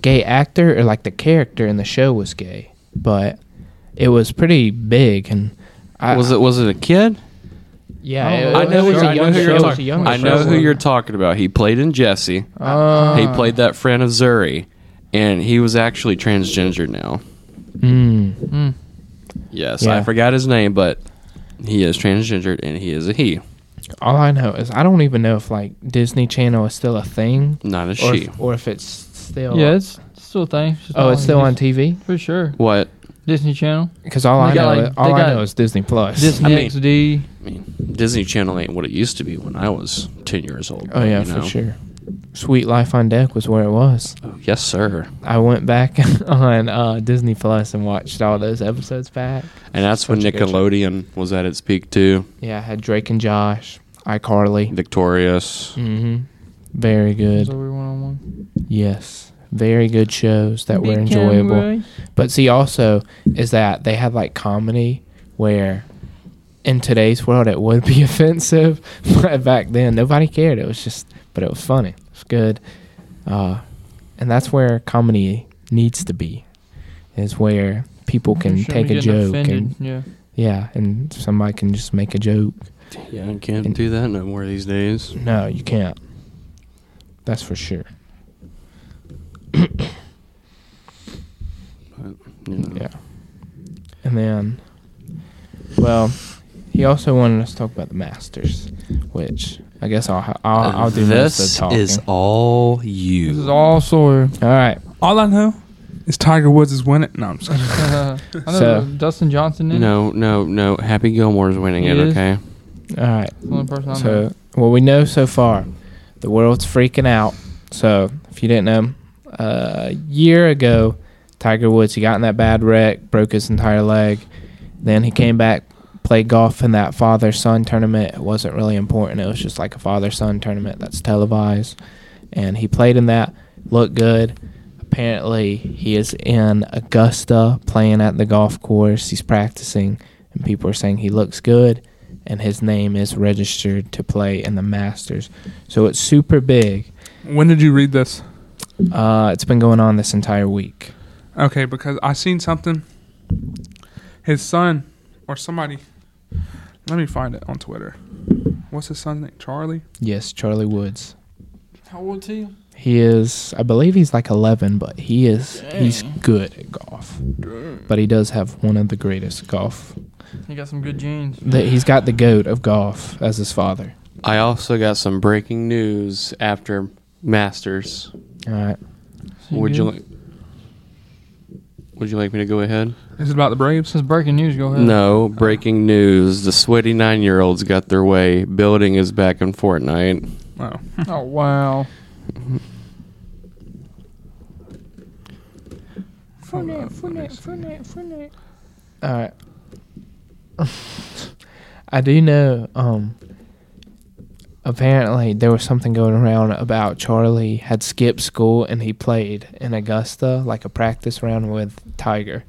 gay actor or like the character in the show was gay, but it was pretty big and. I,
was it was it a kid?
Yeah,
I don't
it,
know.
I
I know
know it was
who- I
a
know who
young show.
you're
It was a
talking-
young
I
show.
know who you're talking about. He played in Jesse.
Uh,
he played that friend of Zuri, and he was actually transgender now.
Mm.
mm.
Yes,
Yeah.
I forgot his name, but he is transgendered and he is a he,
All I know is I don't even know if like Disney Channel is still a thing,
not a
or
she.
if, or if it's still.
Yeah, it's still a thing. just
oh,
not
it's still on
Disney.
TV
for sure.
What?
Disney Channel,
because all
They
I know,
got,
is,
like-
all
they
I
got
know is Disney Plus.
Disney
I mean-
XD.
I mean, Disney Channel ain't what it used to be when I was ten years old.
oh yeah,
you know?
for sure. Sweet Life on Deck was where it was.
Oh, yes, sir.
I went back on uh, Disney Plus and watched all those episodes back.
And that's when
Such a good
Nickelodeon was at its peak too.
Yeah, I had Drake and Josh, iCarly.
Victorious.
Mm-hmm. Very
So
good.
we went on one.
Yes, very good shows that were
Big
enjoyable.
camera.
But see, also is that they had like comedy where in today's world it would be offensive, but back then nobody cared. It was just, but it was funny. It's good, uh, and that's where comedy needs to be, is where people can
Shouldn't be
take a
getting
joke
offended,
and
yeah.
yeah, and somebody can just make a joke.
Yeah, I can't do that no more these days.
No, you can't. That's for sure.
You know.
Yeah. And then, well, he also wanted us to talk about the Masters, which I guess I'll I'll, I'll do most of the
this
talking.
is all you.
This is all Sawyer.
all right.
All I know is Tiger Woods is winning. No, I'm sorry.
I know
So-
Dustin Johnson. In
No, no, no. Happy Gilmore's winning
He
it,
is?
okay?
All right.
It. It's the only person I know.
So what we know so far, the world's freaking out. So if you didn't know, uh, a year ago, Tiger Woods he got in that bad wreck, broke his entire leg. Then he came back, played golf in that father son tournament. It wasn't really important. It was just like a father son tournament that's televised, and he played in that, looked good. Apparently, he is in Augusta playing at the golf course. He's practicing, and people are saying he looks good and his name is registered to play in the Masters. So it's super big.
When did you read this?
Uh, it's been going on this entire week.
Okay, because I seen something. His son or somebody. Let me find it on Twitter. What's his son's name? Charlie.
Yes, Charlie Woods.
How old is he?
He is, I believe he's like 11, but he is, he's
Dang.
good at golf. But he does have one of the greatest golf.
He got some good genes.
That he's got the goat of golf as his father.
I also got some breaking news after Masters.
All right.
Is he
Would you
good?
like? Would you like me to go ahead?
Is it about the Braves?
This is breaking news. Go ahead.
No, breaking news. The sweaty nine-year-olds got their way. Building is back in Fortnite.
No.
Oh wow.
All right. I do know. Um. Apparently, there was something going around about Charlie had skipped school and he played in Augusta like a practice round with Tiger.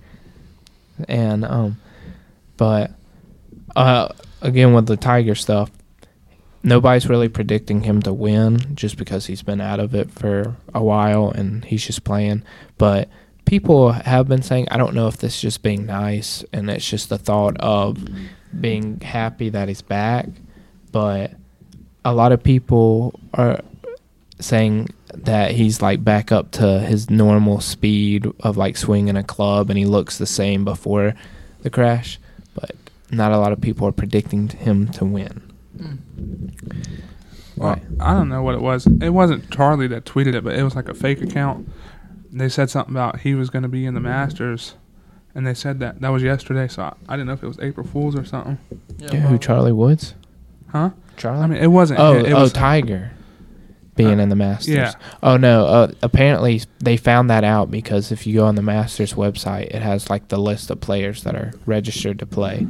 And um, but uh, again with the Tiger stuff, nobody's really predicting him to win just because he's been out of it for a while and he's just playing. But people have been saying, I don't know if this is just being nice and it's just the thought of being happy that he's back, but a lot of people are saying that he's like back up to his normal speed of like swinging a club and he looks the same before the crash, but not a lot of people are predicting him to win.
Well,
Right.
I don't know what it was. It wasn't Charlie that tweeted it, but it was like a fake account. They said something about he was going to be in the Masters, and they said that that was yesterday. So I, I didn't know if it was April Fools or something,
Yeah, who Charlie Woods?
huh?
Charlie?
I mean, it wasn't.
oh,
it, it
oh,
was,
Tiger being
Uh,
in the Masters.
yeah.
Oh no. Uh, apparently they found that out because if you go on the Masters website, it has like the list of players that are registered to play.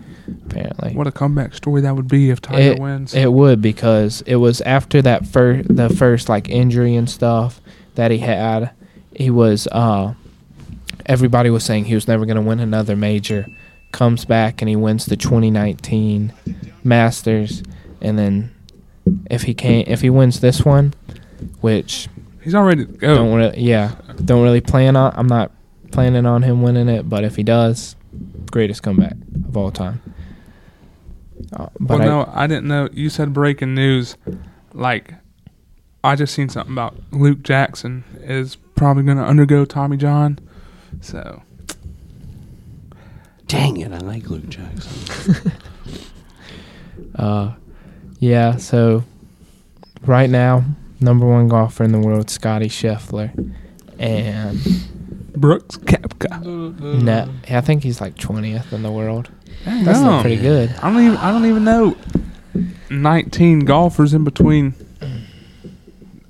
Apparently.
What a comeback story that would be if Tiger
It-
wins.
It would because it was after that first the first like injury and stuff that he had. He was uh everybody was saying he was never going to win another major. Comes back and he wins the 2019 Masters and then if he can not if he wins this one, which
He's already go.
don't really yeah, don't really plan on I'm not planning on him winning it, but if he does, greatest comeback of all time. Uh, but
well,
I-
no, I didn't know. You said breaking news. Like, I just seen something about Luke Jackson is probably going to undergo Tommy John. So
Dang it, I like Luke Jackson.
Uh, yeah. So right now, number one golfer in the world, Scotty Scheffler, and
Brooks Kepka.
Mm.
na- I think he's like twentieth in the world. That's
Damn.
not pretty good.
I don't even. I don't even know. Nineteen golfers in between.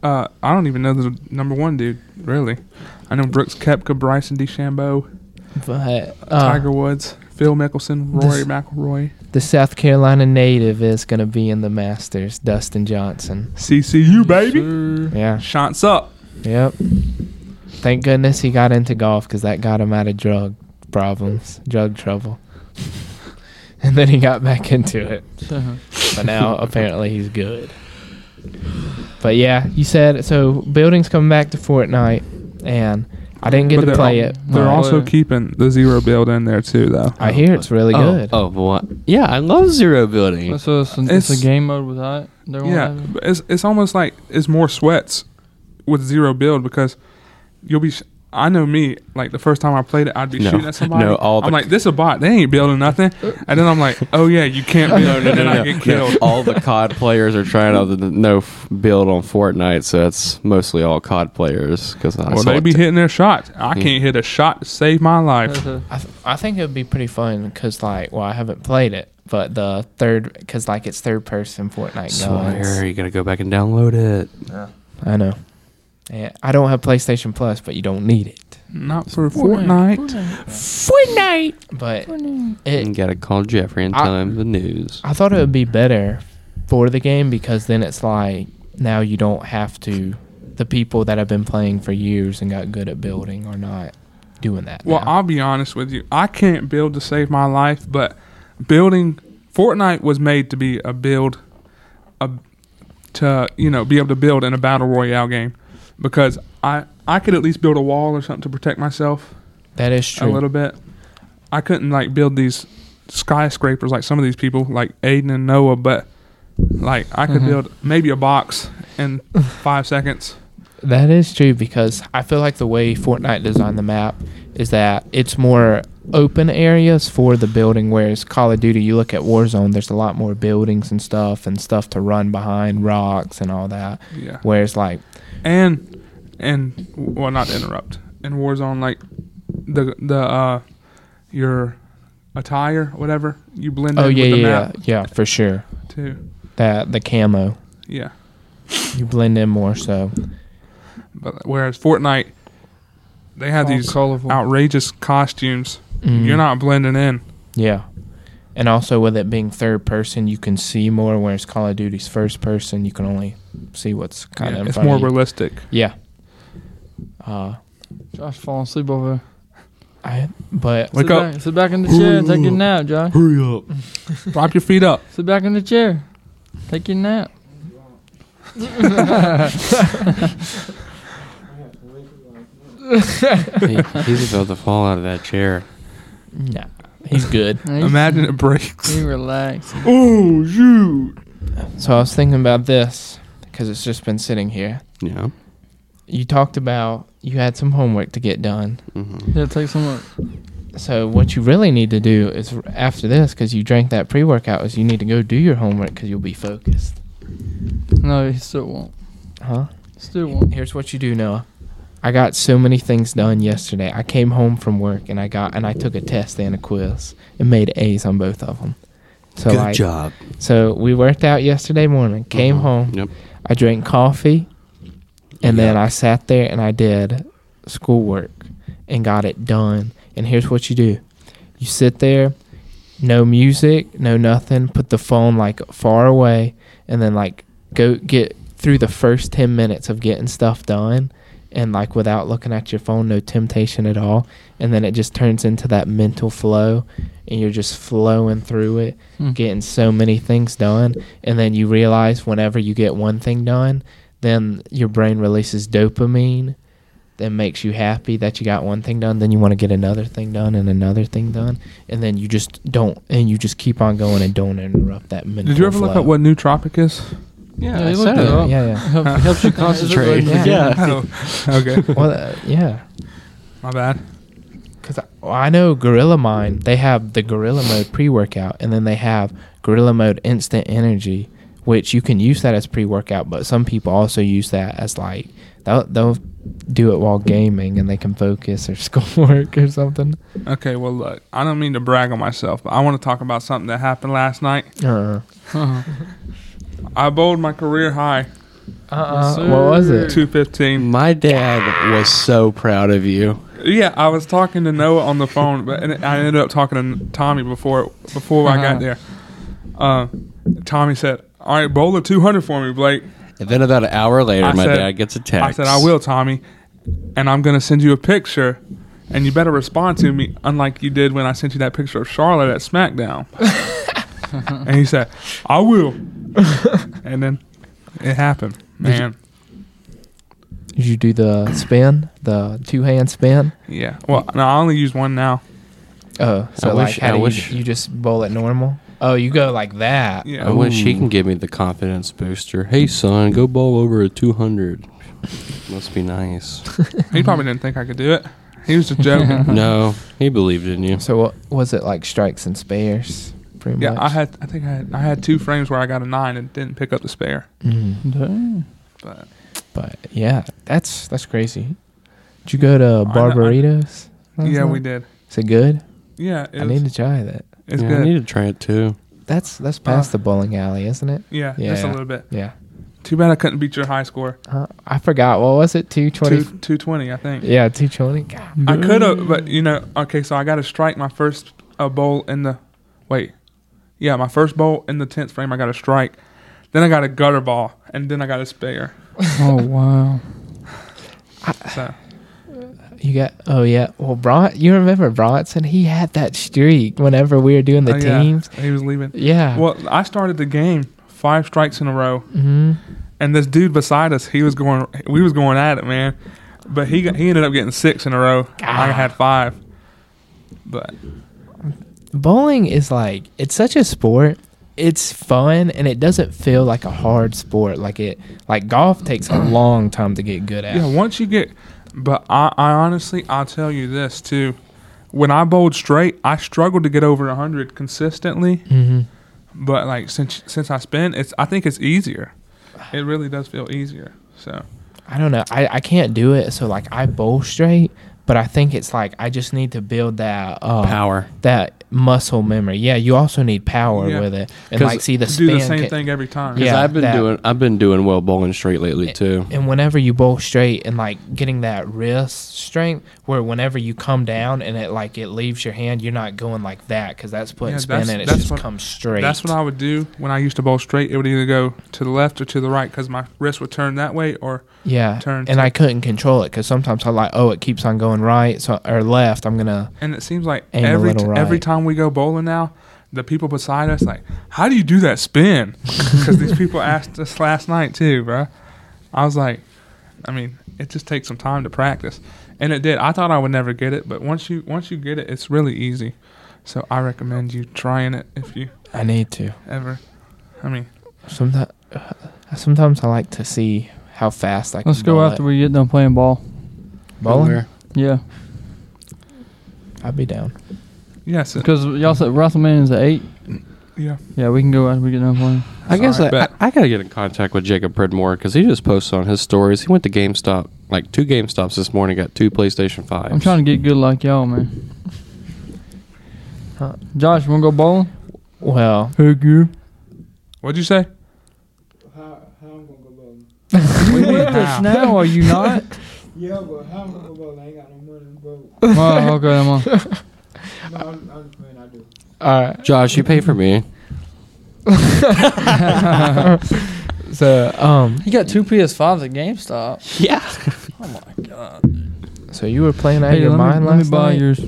Uh, I don't even know the number one dude. Really, I know Brooks Kepka, Bryson DeChambeau,
But uh,
Tiger Woods, Phil Mickelson, Rory
this-
McIlroy,
the South Carolina native is gonna be in the Masters, Dustin Johnson.
CCU baby.
Yeah.
Shots up.
Yep. Thank goodness he got into golf because that got him out of drug problems, drug trouble. and then he got back into it. but now apparently he's good. But yeah, you said so. Building's coming back to Fortnite, and I didn't get
But
to
they're
play
al-
it.
They're
but
also keeping the zero build in there too, though.
I hear it's really
oh,
good.
Oh, what? Yeah, I love zero building.
So it's, it's,
It's-
a game mode without it. They won't
yeah,
have it?
but it's it's almost like it's more sweats with zero build because you'll be. Sh- I know me. Like the first time I played it, I'd be
No.
shooting at somebody.
No, all
I'm
the-
like, this a bot. They ain't building nothing. And then I'm like, oh yeah, you can't build. and then I get killed.
All the COD players are trying out the the no f- build on Fortnite, so it's mostly all COD players. Because I
Well,
saw
they
it
be
t-
hitting their shots. I can't hit a shot to save my life.
That's
I, th- I think it would be pretty fun because like, well, I haven't played it, but the third because like it's third person Fortnite.
Swear,
guns.
you gotta go back and download it.
I know. And I don't have PlayStation Plus, but you don't need it.
Not for Fortnite.
Fortnite, but it
You gotta call Jeffrey and
I-
tell him the news.
I thought it would be better for the game because then it's like now you don't have to the people that have been playing for years and got good at building are not doing that.
Well,
now.
I'll be honest with you. I can't build to save my life, but building Fortnite was made to be a build a to, you know, be able to build in a battle royale game because I I could at least build a wall or something to protect myself
that is
a little
true.
bit. I couldn't like build these skyscrapers like some of these people like Aiden and Noah, but like I could
Mm-hmm.
Mhm.
build maybe a box in 5 seconds.
That is true because I feel like the way Fortnite designed the map is that it's more open areas for the building, whereas Call of Duty, you look at Warzone, there's a lot more buildings and stuff and stuff to run behind rocks and all that.
Yeah.
Whereas like
and and well not to interrupt in warzone like the the uh your attire whatever you blend
oh
in
yeah
with the
yeah
map
yeah for sure
too
that the camo
yeah
you blend in more so.
but whereas fortnite they
Oh,
have
All
these
colorful.
outrageous costumes
Mm.
you're not blending in
Yeah. And also with it being third person, you can see more. Whereas Call of Duty's first person, you can only see what's kind
Yeah,
of in
it's
front
more
of you.
realistic
yeah. Uh,
Josh falling asleep over there.
I but
Wake
sit
up.
Back, sit back in the chair and take your nap, Josh.
Hurry up!
prop your feet up
Sit back in the chair. Take your nap.
He- he's about to fall out of that chair.
No, he's good.
Imagine it breaks.
You relax.
Oh, shoot.
So I was thinking about this because it's just been sitting here.
Yeah.
You talked about you had some homework to get done.
Mm-hmm.
Yeah, take some work.
So what you really need to do is r- after this, because you drank that pre-workout, is you need to go do your homework because you'll be focused.
No, he still won't.
Huh?
Still won't.
Here's what you do, Noah. I got so many things done yesterday. I came home from work and I got and I took a test and a quiz and made A's on both of them. So I,
job.
So we worked out yesterday morning. Came
Mhm.
home.
Yep.
I drank coffee, and then
Yep.
I sat there and I did schoolwork and got it done. And here's what you do: you sit there, no music, no nothing. Put the phone like far away, and then like go get through the first ten minutes of getting stuff done. And like without looking at your phone, no temptation at all. And then it just turns into that mental flow, and you're just flowing through it
Hmm.
getting so many things done and then you realize whenever you get one thing done then your brain releases dopamine that makes you happy that you got one thing done then you want to get another thing done and another thing done and then you just don't and you just keep on going and don't interrupt that mental
Did you ever look
flow.
up what nootropic is?
Yeah,
Yeah,
I
he looked
said
it
it.
up.
yeah yeah
Help- Helps you concentrate.
Yeah.
Oh, okay.
well uh, yeah
My bad.
because I, well, I know Gorilla Mind, they have the Gorilla Mode pre workout, and then they have Gorilla Mode Instant Energy, which you can use that as pre workout, but some people also use that as like, they'll, they'll do it while gaming and they can focus or schoolwork or something.
Okay, well, look, I don't mean to brag on myself, but I want to talk about something that happened last night.
Uh
Uh-huh.
I bowled my career high,
uh. what was it?
215.
My dad was so proud of you.
Yeah, I was talking to Noah on the phone, but and I ended up talking to Tommy before before I got there. Uh, Tommy said, "All right, bowl a 200 for me, Blake."
And then about an hour later,
I
my
said-
dad gets a
I
text.
said, "I will, Tommy, and I'm gonna send you a picture." And you better respond to me, unlike you did when I sent you that picture of Charlotte at SmackDown. and he said, "I will," and then it happened, man.
Did you do the spin, the two hand spin?
Yeah. Well, no, I only use one now.
Oh, so
Uh, I
like,
wish-
how
I
do you-
wish-
You, just bowl it normal? Oh, you go like that.
Yeah.
I wish he can give me the confidence booster. Hey, son, go bowl over a 200. Must be nice.
He probably didn't think I could do it. He was just joking.
no, he believed in you.
So, what was it like strikes and spares? Pretty
yeah,
much.
I had. I think I had. I had two frames where I got a nine and didn't pick up the spare.
Mhm.
Dang.
But
But yeah, that's that's crazy. Did you go to
I-
Barbaritos? last
yeah, we
night?
did.
Is it good?
Yeah, it
I
was,
need to try that.
it's
yeah, I
good.
need to try it too.
That's that's past the bowling alley, isn't it?
yeah, just a
Yeah.
little bit.
Yeah.
Too bad I couldn't beat your high score.
Uh, I forgot what was it? Two twenty.
Two two twenty, I think.
Yeah, two twenty. God.
I could have, but you know, okay. So I got to strike my first uh, bowl in the. Wait, yeah, my first bowl in the tenth frame. I got a strike. Then I got a gutter ball, and then I got a spare.
Oh wow.
So
You got oh yeah. Well, Bron, you remember Bronson? He had that streak whenever we were doing the
Oh, yeah,
teams.
he was leaving.
Yeah.
Well, I started the game five strikes in a row.
hmm
and this dude beside us, he was going, we was going at it, man. But he got, he ended up getting six in a row.
Ah.
I had five. But
Bowling is like it's such a sport. It's fun and it doesn't feel like a hard sport. Like it like golf takes a long time to get good at.
yeah, once you get, but I, I honestly, I'll tell you this too. When I bowled straight, I struggled to get over hundred consistently.
hmm
But like since since I spin, it's I think it's easier. It really does feel easier. So
I don't know. I, I can't do it. So like I bowl straight, but I think it's like I just need to build that uh,
Power.
that muscle memory. Yeah, you also need power
Yeah.
with it, and
'Cause
like see the
do
spin.
the same
can-
thing every time.
Because
Yeah,
I've been
that-
doing, I've been doing well bowling straight lately too.
And whenever you bowl straight and like getting that wrist strength, where whenever you come down and it like it leaves your hand, you're not going like that because that's putting
Yeah,
spin
that's-
and it
that's
just
what-
comes straight.
That's what I would do when I used to bowl straight. It would either go to the left or to the right because my wrist would turn that way or
yeah.
turn
And
to-
I couldn't control it because sometimes I like oh it keeps on going right so or left. I'm gonna
And it seems like
Aim a
every
little
t- every
right.
time we go bowling now, the people beside us like, "How do you do that spin?" Because these people asked us last night too, bro. I was like, I mean, it just takes some time to practice. and it did. I thought I would never get it, but once you once you get it, it's really easy. So I recommend you trying it if you
I need to.
ever. I mean,
Sometimes, sometimes I like to see how fast I can.
Let's go
bowl
after
it.
we get done playing ball.
bowling.
Yeah,
I'd be down.
yes, it,
because y'all said WrestleMania's at eight.
yeah.
Yeah, we can go after we get done playing.
I guess
Alright,
I,
bet.
I, I gotta get in contact with Jacob Pridmore because he just posts on his stories. He went to GameStop, like two GameStops this morning, got two PlayStation 5s
I'm trying to get good like y'all, man.
Huh.
Josh, you wanna go bowling?
Well,
Heck yeah.
What'd you say?
How, how I'm gonna go bowling?
What do you mean,
With us
how?
now, are you not?
Yeah, but how I'm gonna go bowling? I ain't got no money to bowl.
oh, okay, I'm on.
No, I'm, I'm just playing. I do.
all right.
Josh, you pay for me.
So, um,
You got two PS5s at GameStop. Oh
so you were playing out of your
let,
mind
me, let me
last
buy
night.
yours.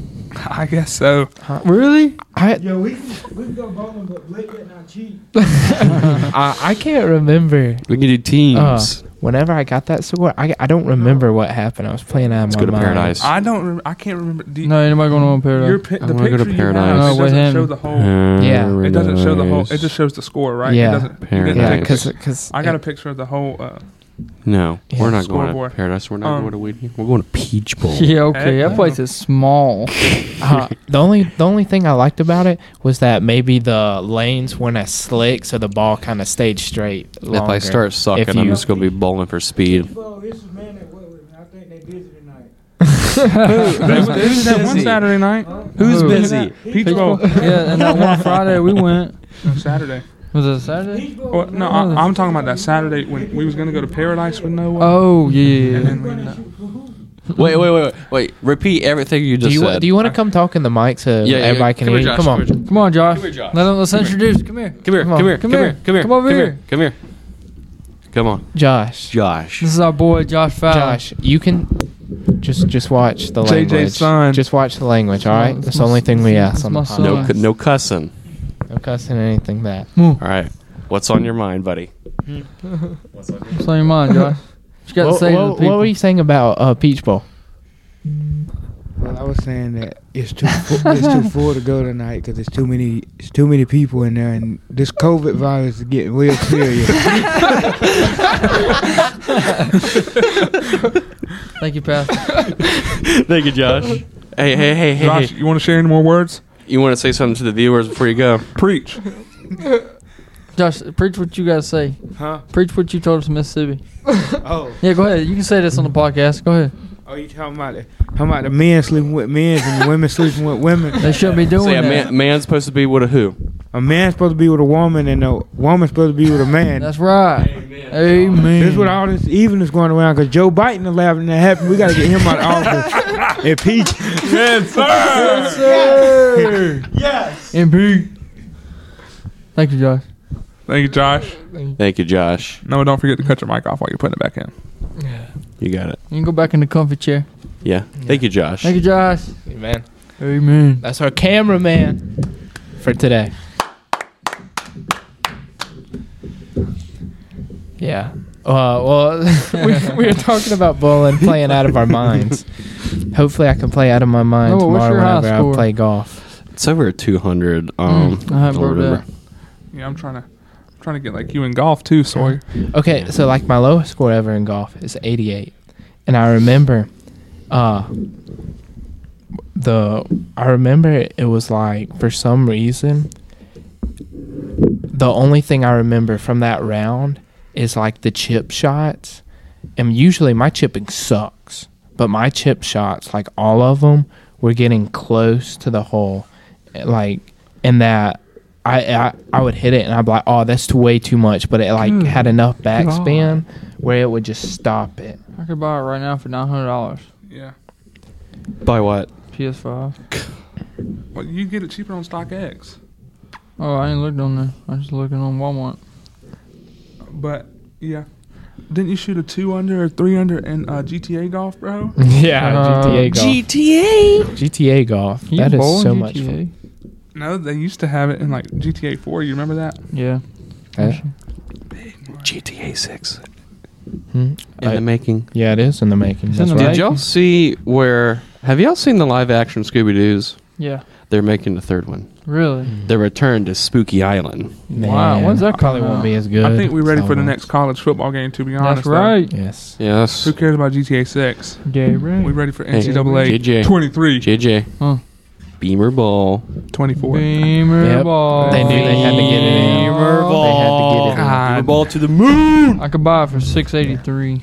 I guess so.
Really?
I,
Yo, we can, we can go bowling, but Blake better not cheat.
I I can't remember.
We can do teams.
Uh, Whenever I got that score, I, I don't remember what happened. I was playing out of
Let's
my
go to
mind.
paradise.
I don't. Rem- I can't remember. Do you,
No, ain't nobody going on paradise.
your pi-
I
the
wanna go to
picture you have
Paradise.
Oh,
it
with
doesn't
him.
show the whole.
Uh-huh. Yeah.
It doesn't show the whole. It
Paradise.
just shows the score, right?
Yeah.
It doesn't, you didn't
Yeah,
Yeah,
take a
because
picture. I got a picture of the whole. Uh,
no,
Yeah,
we're not going to
scoreboard.
paradise. We're not
Um,
going to Whitney. We're going to Peach Bowl.
yeah, okay.
Heck
That place
no.
is small.
Uh, the only the only thing I liked about it was that maybe the lanes weren't as slick, so the ball kind of stayed straight. Longer.
If I start sucking,
If
I'm
you-
just going to be bowling for speed.
Well, this is man that went with me. I think they busy tonight.
they was- they was that one Saturday night,
Who's
Who?
busy?
Peach Bowl,
yeah, and that one Friday we went.
on Saturday.
Was it Saturday?
Peach Bowl.
Well, no, I, I'm talking about that Saturday when we was gonna go to Paradise with Noah.
Oh yeah, yeah,
And
yeah.
then we, no,
Wait, wait, wait, wait, wait. Repeat everything you
do
just
you
said.
do you want to come talk in the mic so
Yeah, yeah,
everybody
yeah.
can
Come
hear?
here,
you?
Josh,
come on.
come
Come on, Josh.
Come here, Josh.
Let him, let's introduce. Come here.
Come here,
Come on,
come here,
come
come
here,
here, come here,
come over
come
here.
here, come here. Come on,
Josh.
Josh.
This is our boy Josh Fowler.
Josh, you can just just watch the
JJ 's
language.
son.
Just watch the language, all
my-
right?
that's
That's the
my
only
s-
thing we
that's
ask on the
my
podcast.
son.
No, cu- no cussing.
No cussing or anything that.
All right. What's on your mind, buddy?
What's on your mind, Josh? You got to
What,
say to the
what-
people.
what were you saying about uh, Peach Bowl?
Well, I was saying that it's too fu- it's too full to go tonight because it's too many it's too many people in there, and this COVID virus is getting real serious.
Oh. Thank you, Pastor.
Thank you, Josh. Hey, hey, hey, hey,
Josh,
hey.
you want to share any more words?
You want to say something to the viewers before you go?
Preach.
Josh, preach what you got to say.
Huh?
Preach what you told us in Mississippi.
Oh,
Yeah, go ahead. You can say this on the podcast. Go ahead.
oh, you talking about the, talking about the men sleeping with men and the women sleeping with women?
They shouldn't be doing
Say a
that.
man, man's supposed to be with a who?
A man's supposed to be with a woman, and a woman's supposed to be with a man.
That's right. Amen. Amen.
This is what all this evil is going around because Joe Biden allowed it to happen. We got to get him out of office. and Pete,
yes, sir.
Sir. yes. MP. Thank you, Josh.
Thank you, Josh.
Thank you, Josh.
Noah, don't forget to cut your mic off while you're putting it back in.
You got it.
You can go back in the comfy chair.
Yeah. Thank you, Josh.
Thank you, Josh.
Man,
Amen.
that's our cameraman for today. Yeah. Uh, well, we, we were talking about bowling, playing out of our minds. Hopefully, I can play out of my mind
Noah, Oh, what's
tomorrow
your high
whenever I
score?
play golf.
It's over 200. Um,
Mm, I
I don't
broke that.
remember.
Yeah, I'm trying to, trying to get like you in golf too, Sawyer.
Okay, so like my lowest score ever in golf is 88, and I remember, uh, the I remember it was like for some reason, the only thing I remember from that round is like the chip shots, and usually my chipping sucks, but my chip shots, like all of them, were getting close to the hole, Eh, like in that. I, I I would hit it and I'd be like, oh, that's way too much. But it like
Good
had enough backspin where it would just stop it.
I could buy it right now for nine hundred dollars.
Yeah.
By what?
PS5.
Well, you get it cheaper on StockX,
Oh, I ain't looked on there. I'm just looking on Walmart.
but yeah. Didn't you shoot a two under or three under in uh, GTA golf, bro?
yeah,
Uh,
GTA golf. GTA golf.
Can you
that
bowl
is
in
so
GTA?
much fun.
No, they used to have it in like GTA 4. You remember that?
Yeah.
Uh,
GTA 6.
Hmm?
in
I-
the making.
yeah, it is in the making.
It's in
That's
the
right.
Did y'all see where? Have y'all seen the live action Scooby Doo's?
Yeah.
They're making the third one.
Really?
Mm.
The Return to Spooky Island.
Wow,
Man,
when's that
probably
coming
won't
out?
be as good.
I think we're ready
So
for the
much.
next college football game. To be honest,
That's
though.
right.
Yes.
Yes.
Who cares about GTA Six? We
Gay right.
ready for
Hey,
NCAA
JJ.
23,
JJ.
Huh.
Beamer Ball.
24.
Beamer
Yep.
ball.
They knew they had to get it in.
Beamer
They had to get
Ah,
it in.
God.
Beamer ball to the moon.
I could buy it for six eighty three.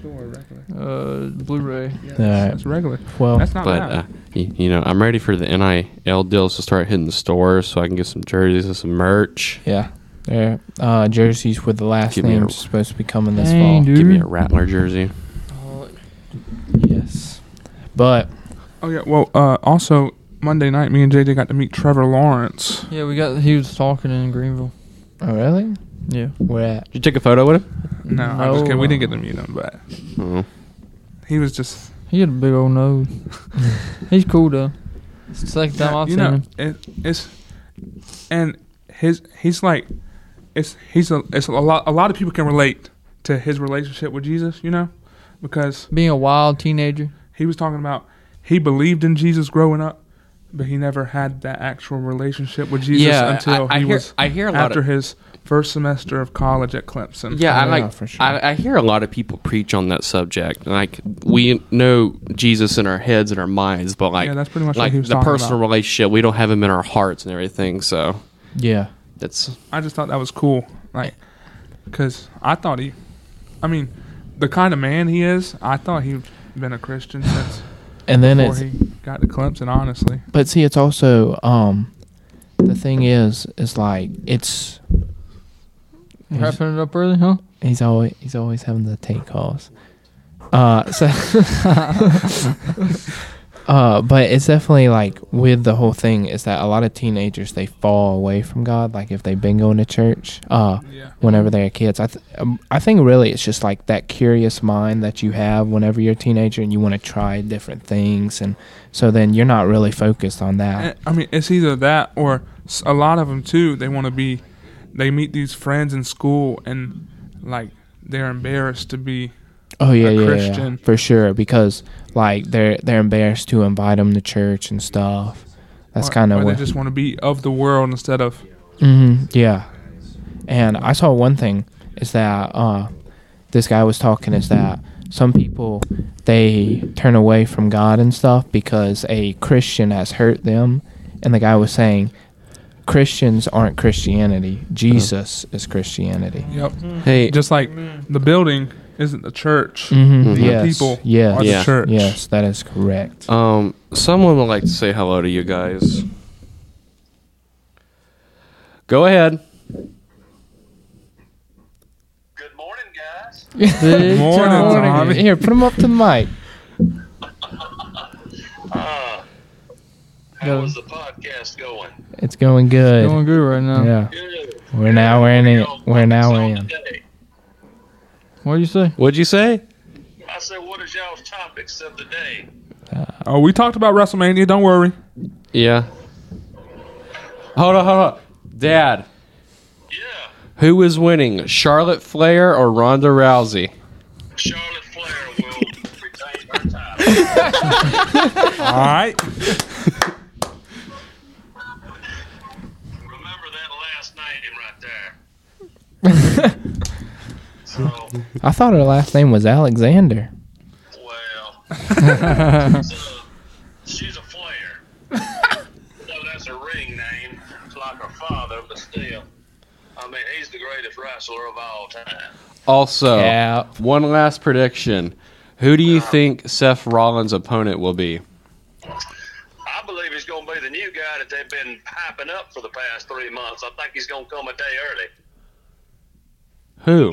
Uh, Blu-ray.
All right.
That's regular.
Well,
That's not
But
bad.
uh, y- you know, I'm ready for the NIL deals to start hitting stores so I can get some jerseys and some merch.
yeah. There. Uh, jerseys with the last
Give me a-
names supposed to be coming this
Dang,
fall.
dude.
Give me a Rattler jersey.
Yes. But
oh yeah. Well, uh, also Monday night, me and JJ got to meet Trevor Lawrence.
Yeah, we got. He was talking in Greenville.
oh really?
Yeah.
Where at?
Did you take a photo with him?
No, I'm just
No.
kidding. We didn't get to meet him, but
Oh.
he was just.
He had a big old nose. He's cool though. It's the second time I've
you
seen
know,
him.
it, it's and his he's like it's he's a it's a lot a lot of people can relate to his relationship with Jesus, you know, because
Being a wild teenager.
he was talking about he believed in Jesus growing up, but he never had that actual relationship with Jesus
Yeah,
until
I, I
he
hear,
was
I hear a lot
after Oh,
of
his first semester of college at Clemson.
yeah, I
Yeah,
like.
for sure.
I, I hear a lot of people preach on that subject. Like we know Jesus in our heads and our minds, but like
yeah, that's pretty much what
like
he was
the
talking
personal
about.
relationship, we don't have him in our hearts and everything. So
Yeah.
that's
I just thought that was cool, like, because I thought he, I mean, the kind of man he is, I thought he'd been a Christian since.
And then
before
it's
he got to Clemson, honestly.
but see it's also um the thing is is like it's he's,
Wrapping it up early, huh?
he's always he's always having to take calls. Uh so uh but it's definitely like with the whole thing is that a lot of teenagers they fall away from God like if they've been going to church uh
Yeah.
whenever they're kids. I th- um, I think really it's just like that curious mind that you have whenever you're a teenager and you want to try different things, and so then you're not really focused on that.
I mean, it's either that or s- a lot of them too. They want to be, they meet these friends in school and like they're embarrassed to be.
Oh yeah,
a
yeah, yeah,
Christian.
for sure. Because like they're they're embarrassed to invite them to church and stuff. That's
or-
kind of
or
what.
they just want to be of the world instead of.
hmm yeah, and I saw one thing is that uh, this guy was talking is that some people they turn away from God and stuff because a Christian has hurt them, and the guy was saying Christians aren't Christianity. Jesus is Christianity.
Yep.
hey,
Uh-huh. Just like the building isn't the church.
Mm-hmm.
Mhm.
The
Yes.
people are
Yes.
Yeah.
the church.
Yes, that is correct.
um, someone would like to say hello to you guys. Go ahead.
Good morning, guys.
Good
morning, Tommy.
Here, put him up to the mic.
Uh, how is the podcast going?
It's uh, going good.
Doing good right now.
yeah,
Good.
we're now we're in it. We're now we're
What's on
in.
today?
What do you say?
What'd you say?
I said, what is y'all's topics of the day?
Oh, we talked about WrestleMania. Don't worry.
Yeah. Hold on, hold on, Dad.
Yeah,
Who is winning, Charlotte Flair or Ronda Rousey?
Charlotte Flair will retain her title.
All right.
Remember that last name right there. so,
I thought her last name was Alexander.
well, so, she's a Flair. So that's her ring name. It's like her father, but still. I mean, he's the greatest wrestler of all time.
Also,
Cap.
one last prediction. Who do you think Seth Rollins' opponent will be?
I believe he's going to be the new guy that they've been piping up for the past three months. I think he's going to come a day early.
Who?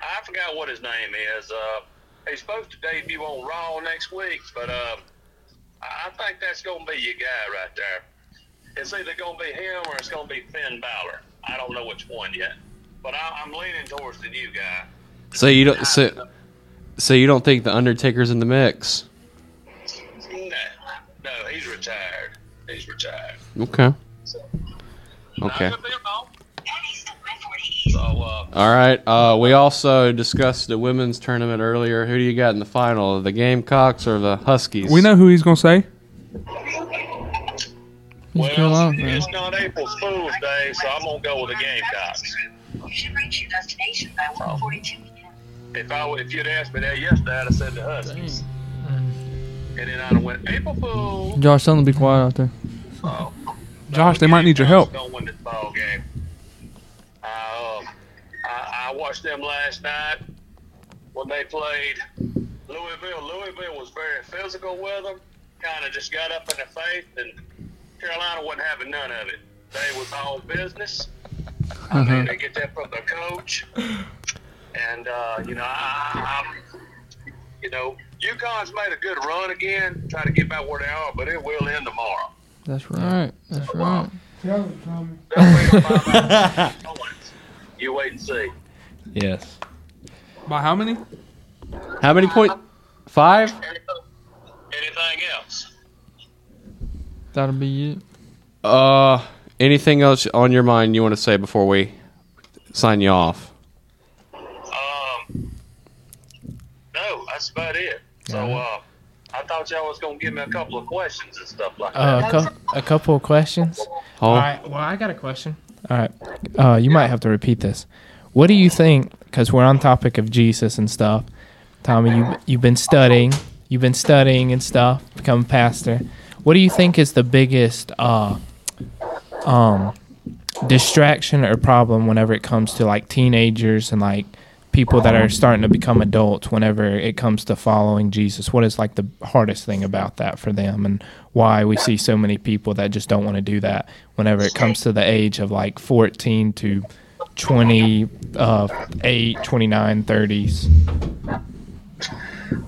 I forgot what his name is. Uh, he's supposed to debut on Raw next week, but uh, I I think that's going to be your guy right there. It's either going to be him or it's going to be Finn Balor. I don't know which one yet, but I, I'm leaning towards the new guy.
So you don't so, so you don't think the Undertaker's in the mix?
No, no, he's retired. He's retired.
Okay.
So,
Okay.
I could be wrong. So, uh,
All right. Uh, we also discussed the women's tournament earlier. Who do you got in the final? The Gamecocks or the Huskies?
We know who he's gonna say.
He's going
Well,
off, man.
it's not April Fool's Day, so I'm gonna go with the Gamecocks.
You should reach your destination by 142 p.m.
If I would- if you'd asked me that yesterday, I'd have said the Huskies. And then I'd have went April Fool.
Josh, tell him to be quiet out there.
Oh.
Josh, they might need your help.
Don't win this ball game. I, um, I, I watched them last night when they played Louisville. Louisville was very physical with them, kind of just got up in their face, and Carolina wasn't having none of it. They was all business. I
Mm-hmm.
mean, they get that from their coach, and uh, you know, I, I'm, you know, UConn's made a good run again, trying to get back where they are, but it will end tomorrow.
That's right. That's right.
Tell him, Tommy.
you wait and see.
Yes.
By how many?
How many point? Five.
Anything else?
That'll be it.
Uh, anything else on your mind you want to say before we sign you off?
Um, no, that's about it. So, uh, I thought y'all was gonna give me a couple of questions and stuff like
Uh,
that.
a, cou- a couple of questions.
Hall?
All right. Well, I got a question. All right. Uh, you might have to repeat this. What do you think? Because we're on topic of Jesus and stuff. Tommy, you you've been studying. You've been studying and stuff. Become a pastor. What do you think is the biggest uh, um, distraction or problem whenever it comes to like teenagers and like people that are starting to become adults? Whenever it comes to following Jesus, what is like the hardest thing about that for them, and why we see so many people that just don't want to do that? Whenever it comes to the age of like fourteen to 20 uh 8 29 30s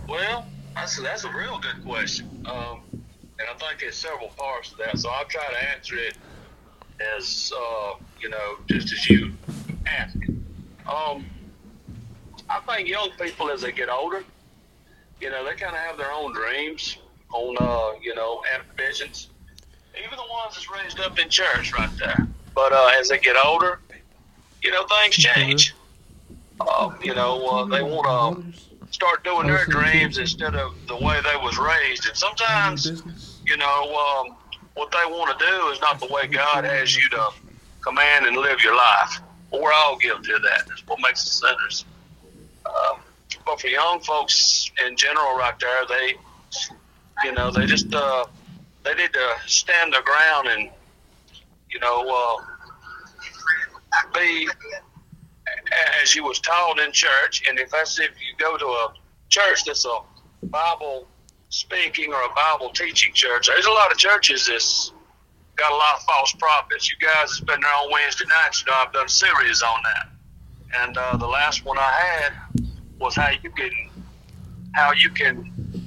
Well, that's that's a real good question. Um, and I think it's several parts to that. So I'll try to answer it as uh, you know, just as you ask. Um, I think young people as they get older, you know, they kind of have their own dreams, own uh, you know, ambitions. Even the ones that's raised up in church, right there. But uh, as they get older, you know, things change. Um, you know, uh, they want to start doing their dreams instead of the way they was raised. And sometimes, you know, um, what they want to do is not the way God has you to command and live your life. But we're all guilty of that. That's what makes us sinners. Um, but for young folks in general, right there, they, you know, they just uh, they need to stand their ground and, you know, uh, be as you was taught in church, and if that's if you go to a church that's a Bible speaking or a Bible teaching church, there's a lot of churches that's got a lot of false prophets. You guys has been there on Wednesday nights, you know I've done a series on that. And uh, the last one I had was how you can how you can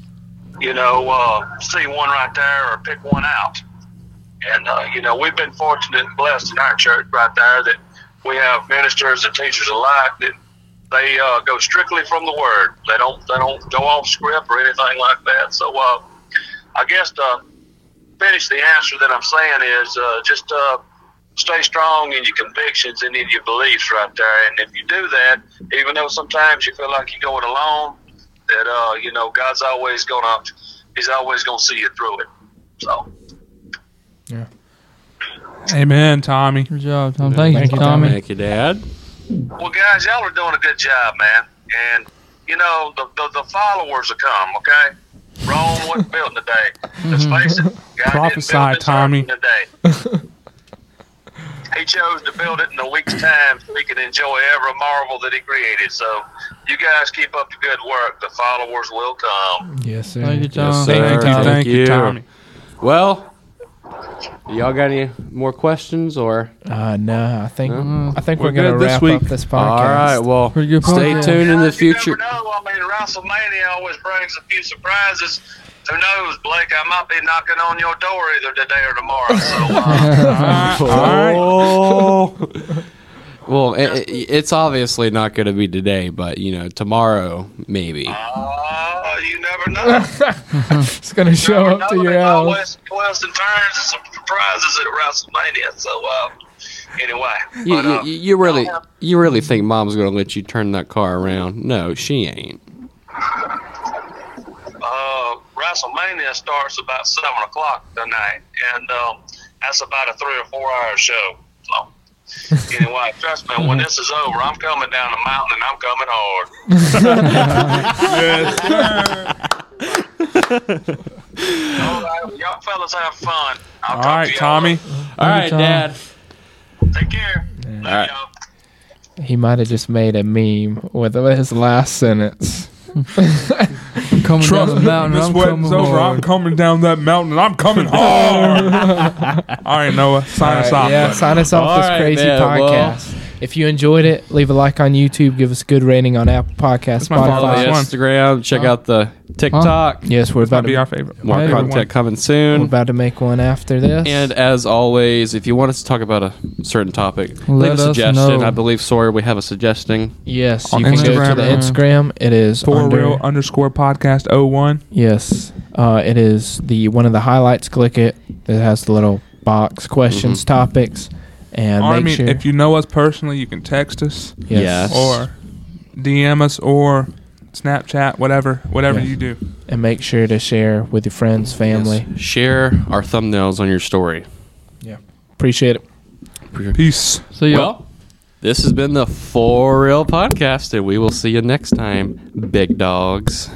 you know uh, see one right there or pick one out. And uh, you know we've been fortunate and blessed in our church right there that we have ministers and teachers alike that they uh, go strictly from the word. They don't they don't go off script or anything like that. So uh, I guess to finish the answer that I'm saying is uh, just uh, stay strong in your convictions and in your beliefs right there. And if you do that, even though sometimes you feel like you're going alone, that uh, you know God's always gonna He's always gonna see you through it. So
Amen, Tommy.
Good job, Tom. Thank,
Thank
you,
you,
Tommy.
Thank you, Dad.
Well, guys, y'all are doing a good job, man. And you know the the, the followers will come. Okay, Rome wasn't built in a day. Let's face it, God
Prophesy,
didn't build this
Tommy.
earth in a day. he chose to build it in a week's time so he could enjoy every marvel that he created. So, you guys keep up the good work. The followers will come.
yes sir
Thank you, Tom.
sir.
Thank you,
Thank
thank you,
you.
Tommy.
Well, y'all got any more questions or?
uh no i think i think we're,
We're
gonna
good this
wrap
week.
up this podcast
All right. Well,
Pretty good
stay
podcast.
tuned in the
You
future.
never know. I mean, WrestleMania always brings a few surprises. Who knows, Blake? I might be knocking on your door either today or tomorrow. So. Uh,
Oh. well, i i it's obviously not going to be today, but you know, tomorrow maybe.
Uh, you never know.
it's gonna show
Never
up to
know.
your
There's
house
Always twists and turns and some surprises at WrestleMania. So, uh, Anyway,
You,
but, uh,
you, you really,
y'all have-
you really think mom's gonna let you turn that car around? No, she ain't.
uh, WrestleMania starts about seven o'clock tonight, and um, that's about a three or four hour show. So, anyway, trust me, when this is over, I'm coming down the mountain and I'm coming hard.
Yes,
All right, well, y'all fellas have fun. I'll
All
talk
right,
to y'all.
Tommy.
All right,
Tom.
Dad.
Take care. Love
right.
y'all.
He might have just made a meme with his last sentence.
coming
Trust
down the
me,
mountain.
this
I'm
wedding's
coming
over. I'm
hard.
coming down that mountain. and I'm coming hard. All right, Noah, sign us off.
yeah,
buddy.
sign us off
All
this
right,
crazy
man, well-
podcast. if you enjoyed it, leave a like on YouTube, give us a good rating on Apple Podcasts,
That's my fault.
Follow
Last
the
Spotify.
one.
Instagram. Check out the TikTok.
Yes, we're
This might
about
be
to
our favorite.
More
Favorite
content coming soon.
we're about to make one after this.
And as always, if you want us to talk about a certain topic,
Let
leave a
us
suggestion.
know.
I believe Sawyer, we have a suggestion.
yes,
On
you can go to
Instagram.
the Instagram. It is
one. For
under-
real underscore podcast 01.
Yes, uh, it is the one of the highlights. Click it. It has the little box questions, topics, and
Mm-hmm. Or, I
make
mean,
sure.
if you know us personally, you can text us
yes,
Yes.
or DM us or Snapchat, whatever, whatever
Yes.
you do.
and make sure to share with your friends, family.
Yes. Share our thumbnails on your story.
Appreciate it.
Peace.
See y'all.
Well, this has been the For Real Podcast, and we will see you next time, big dogs.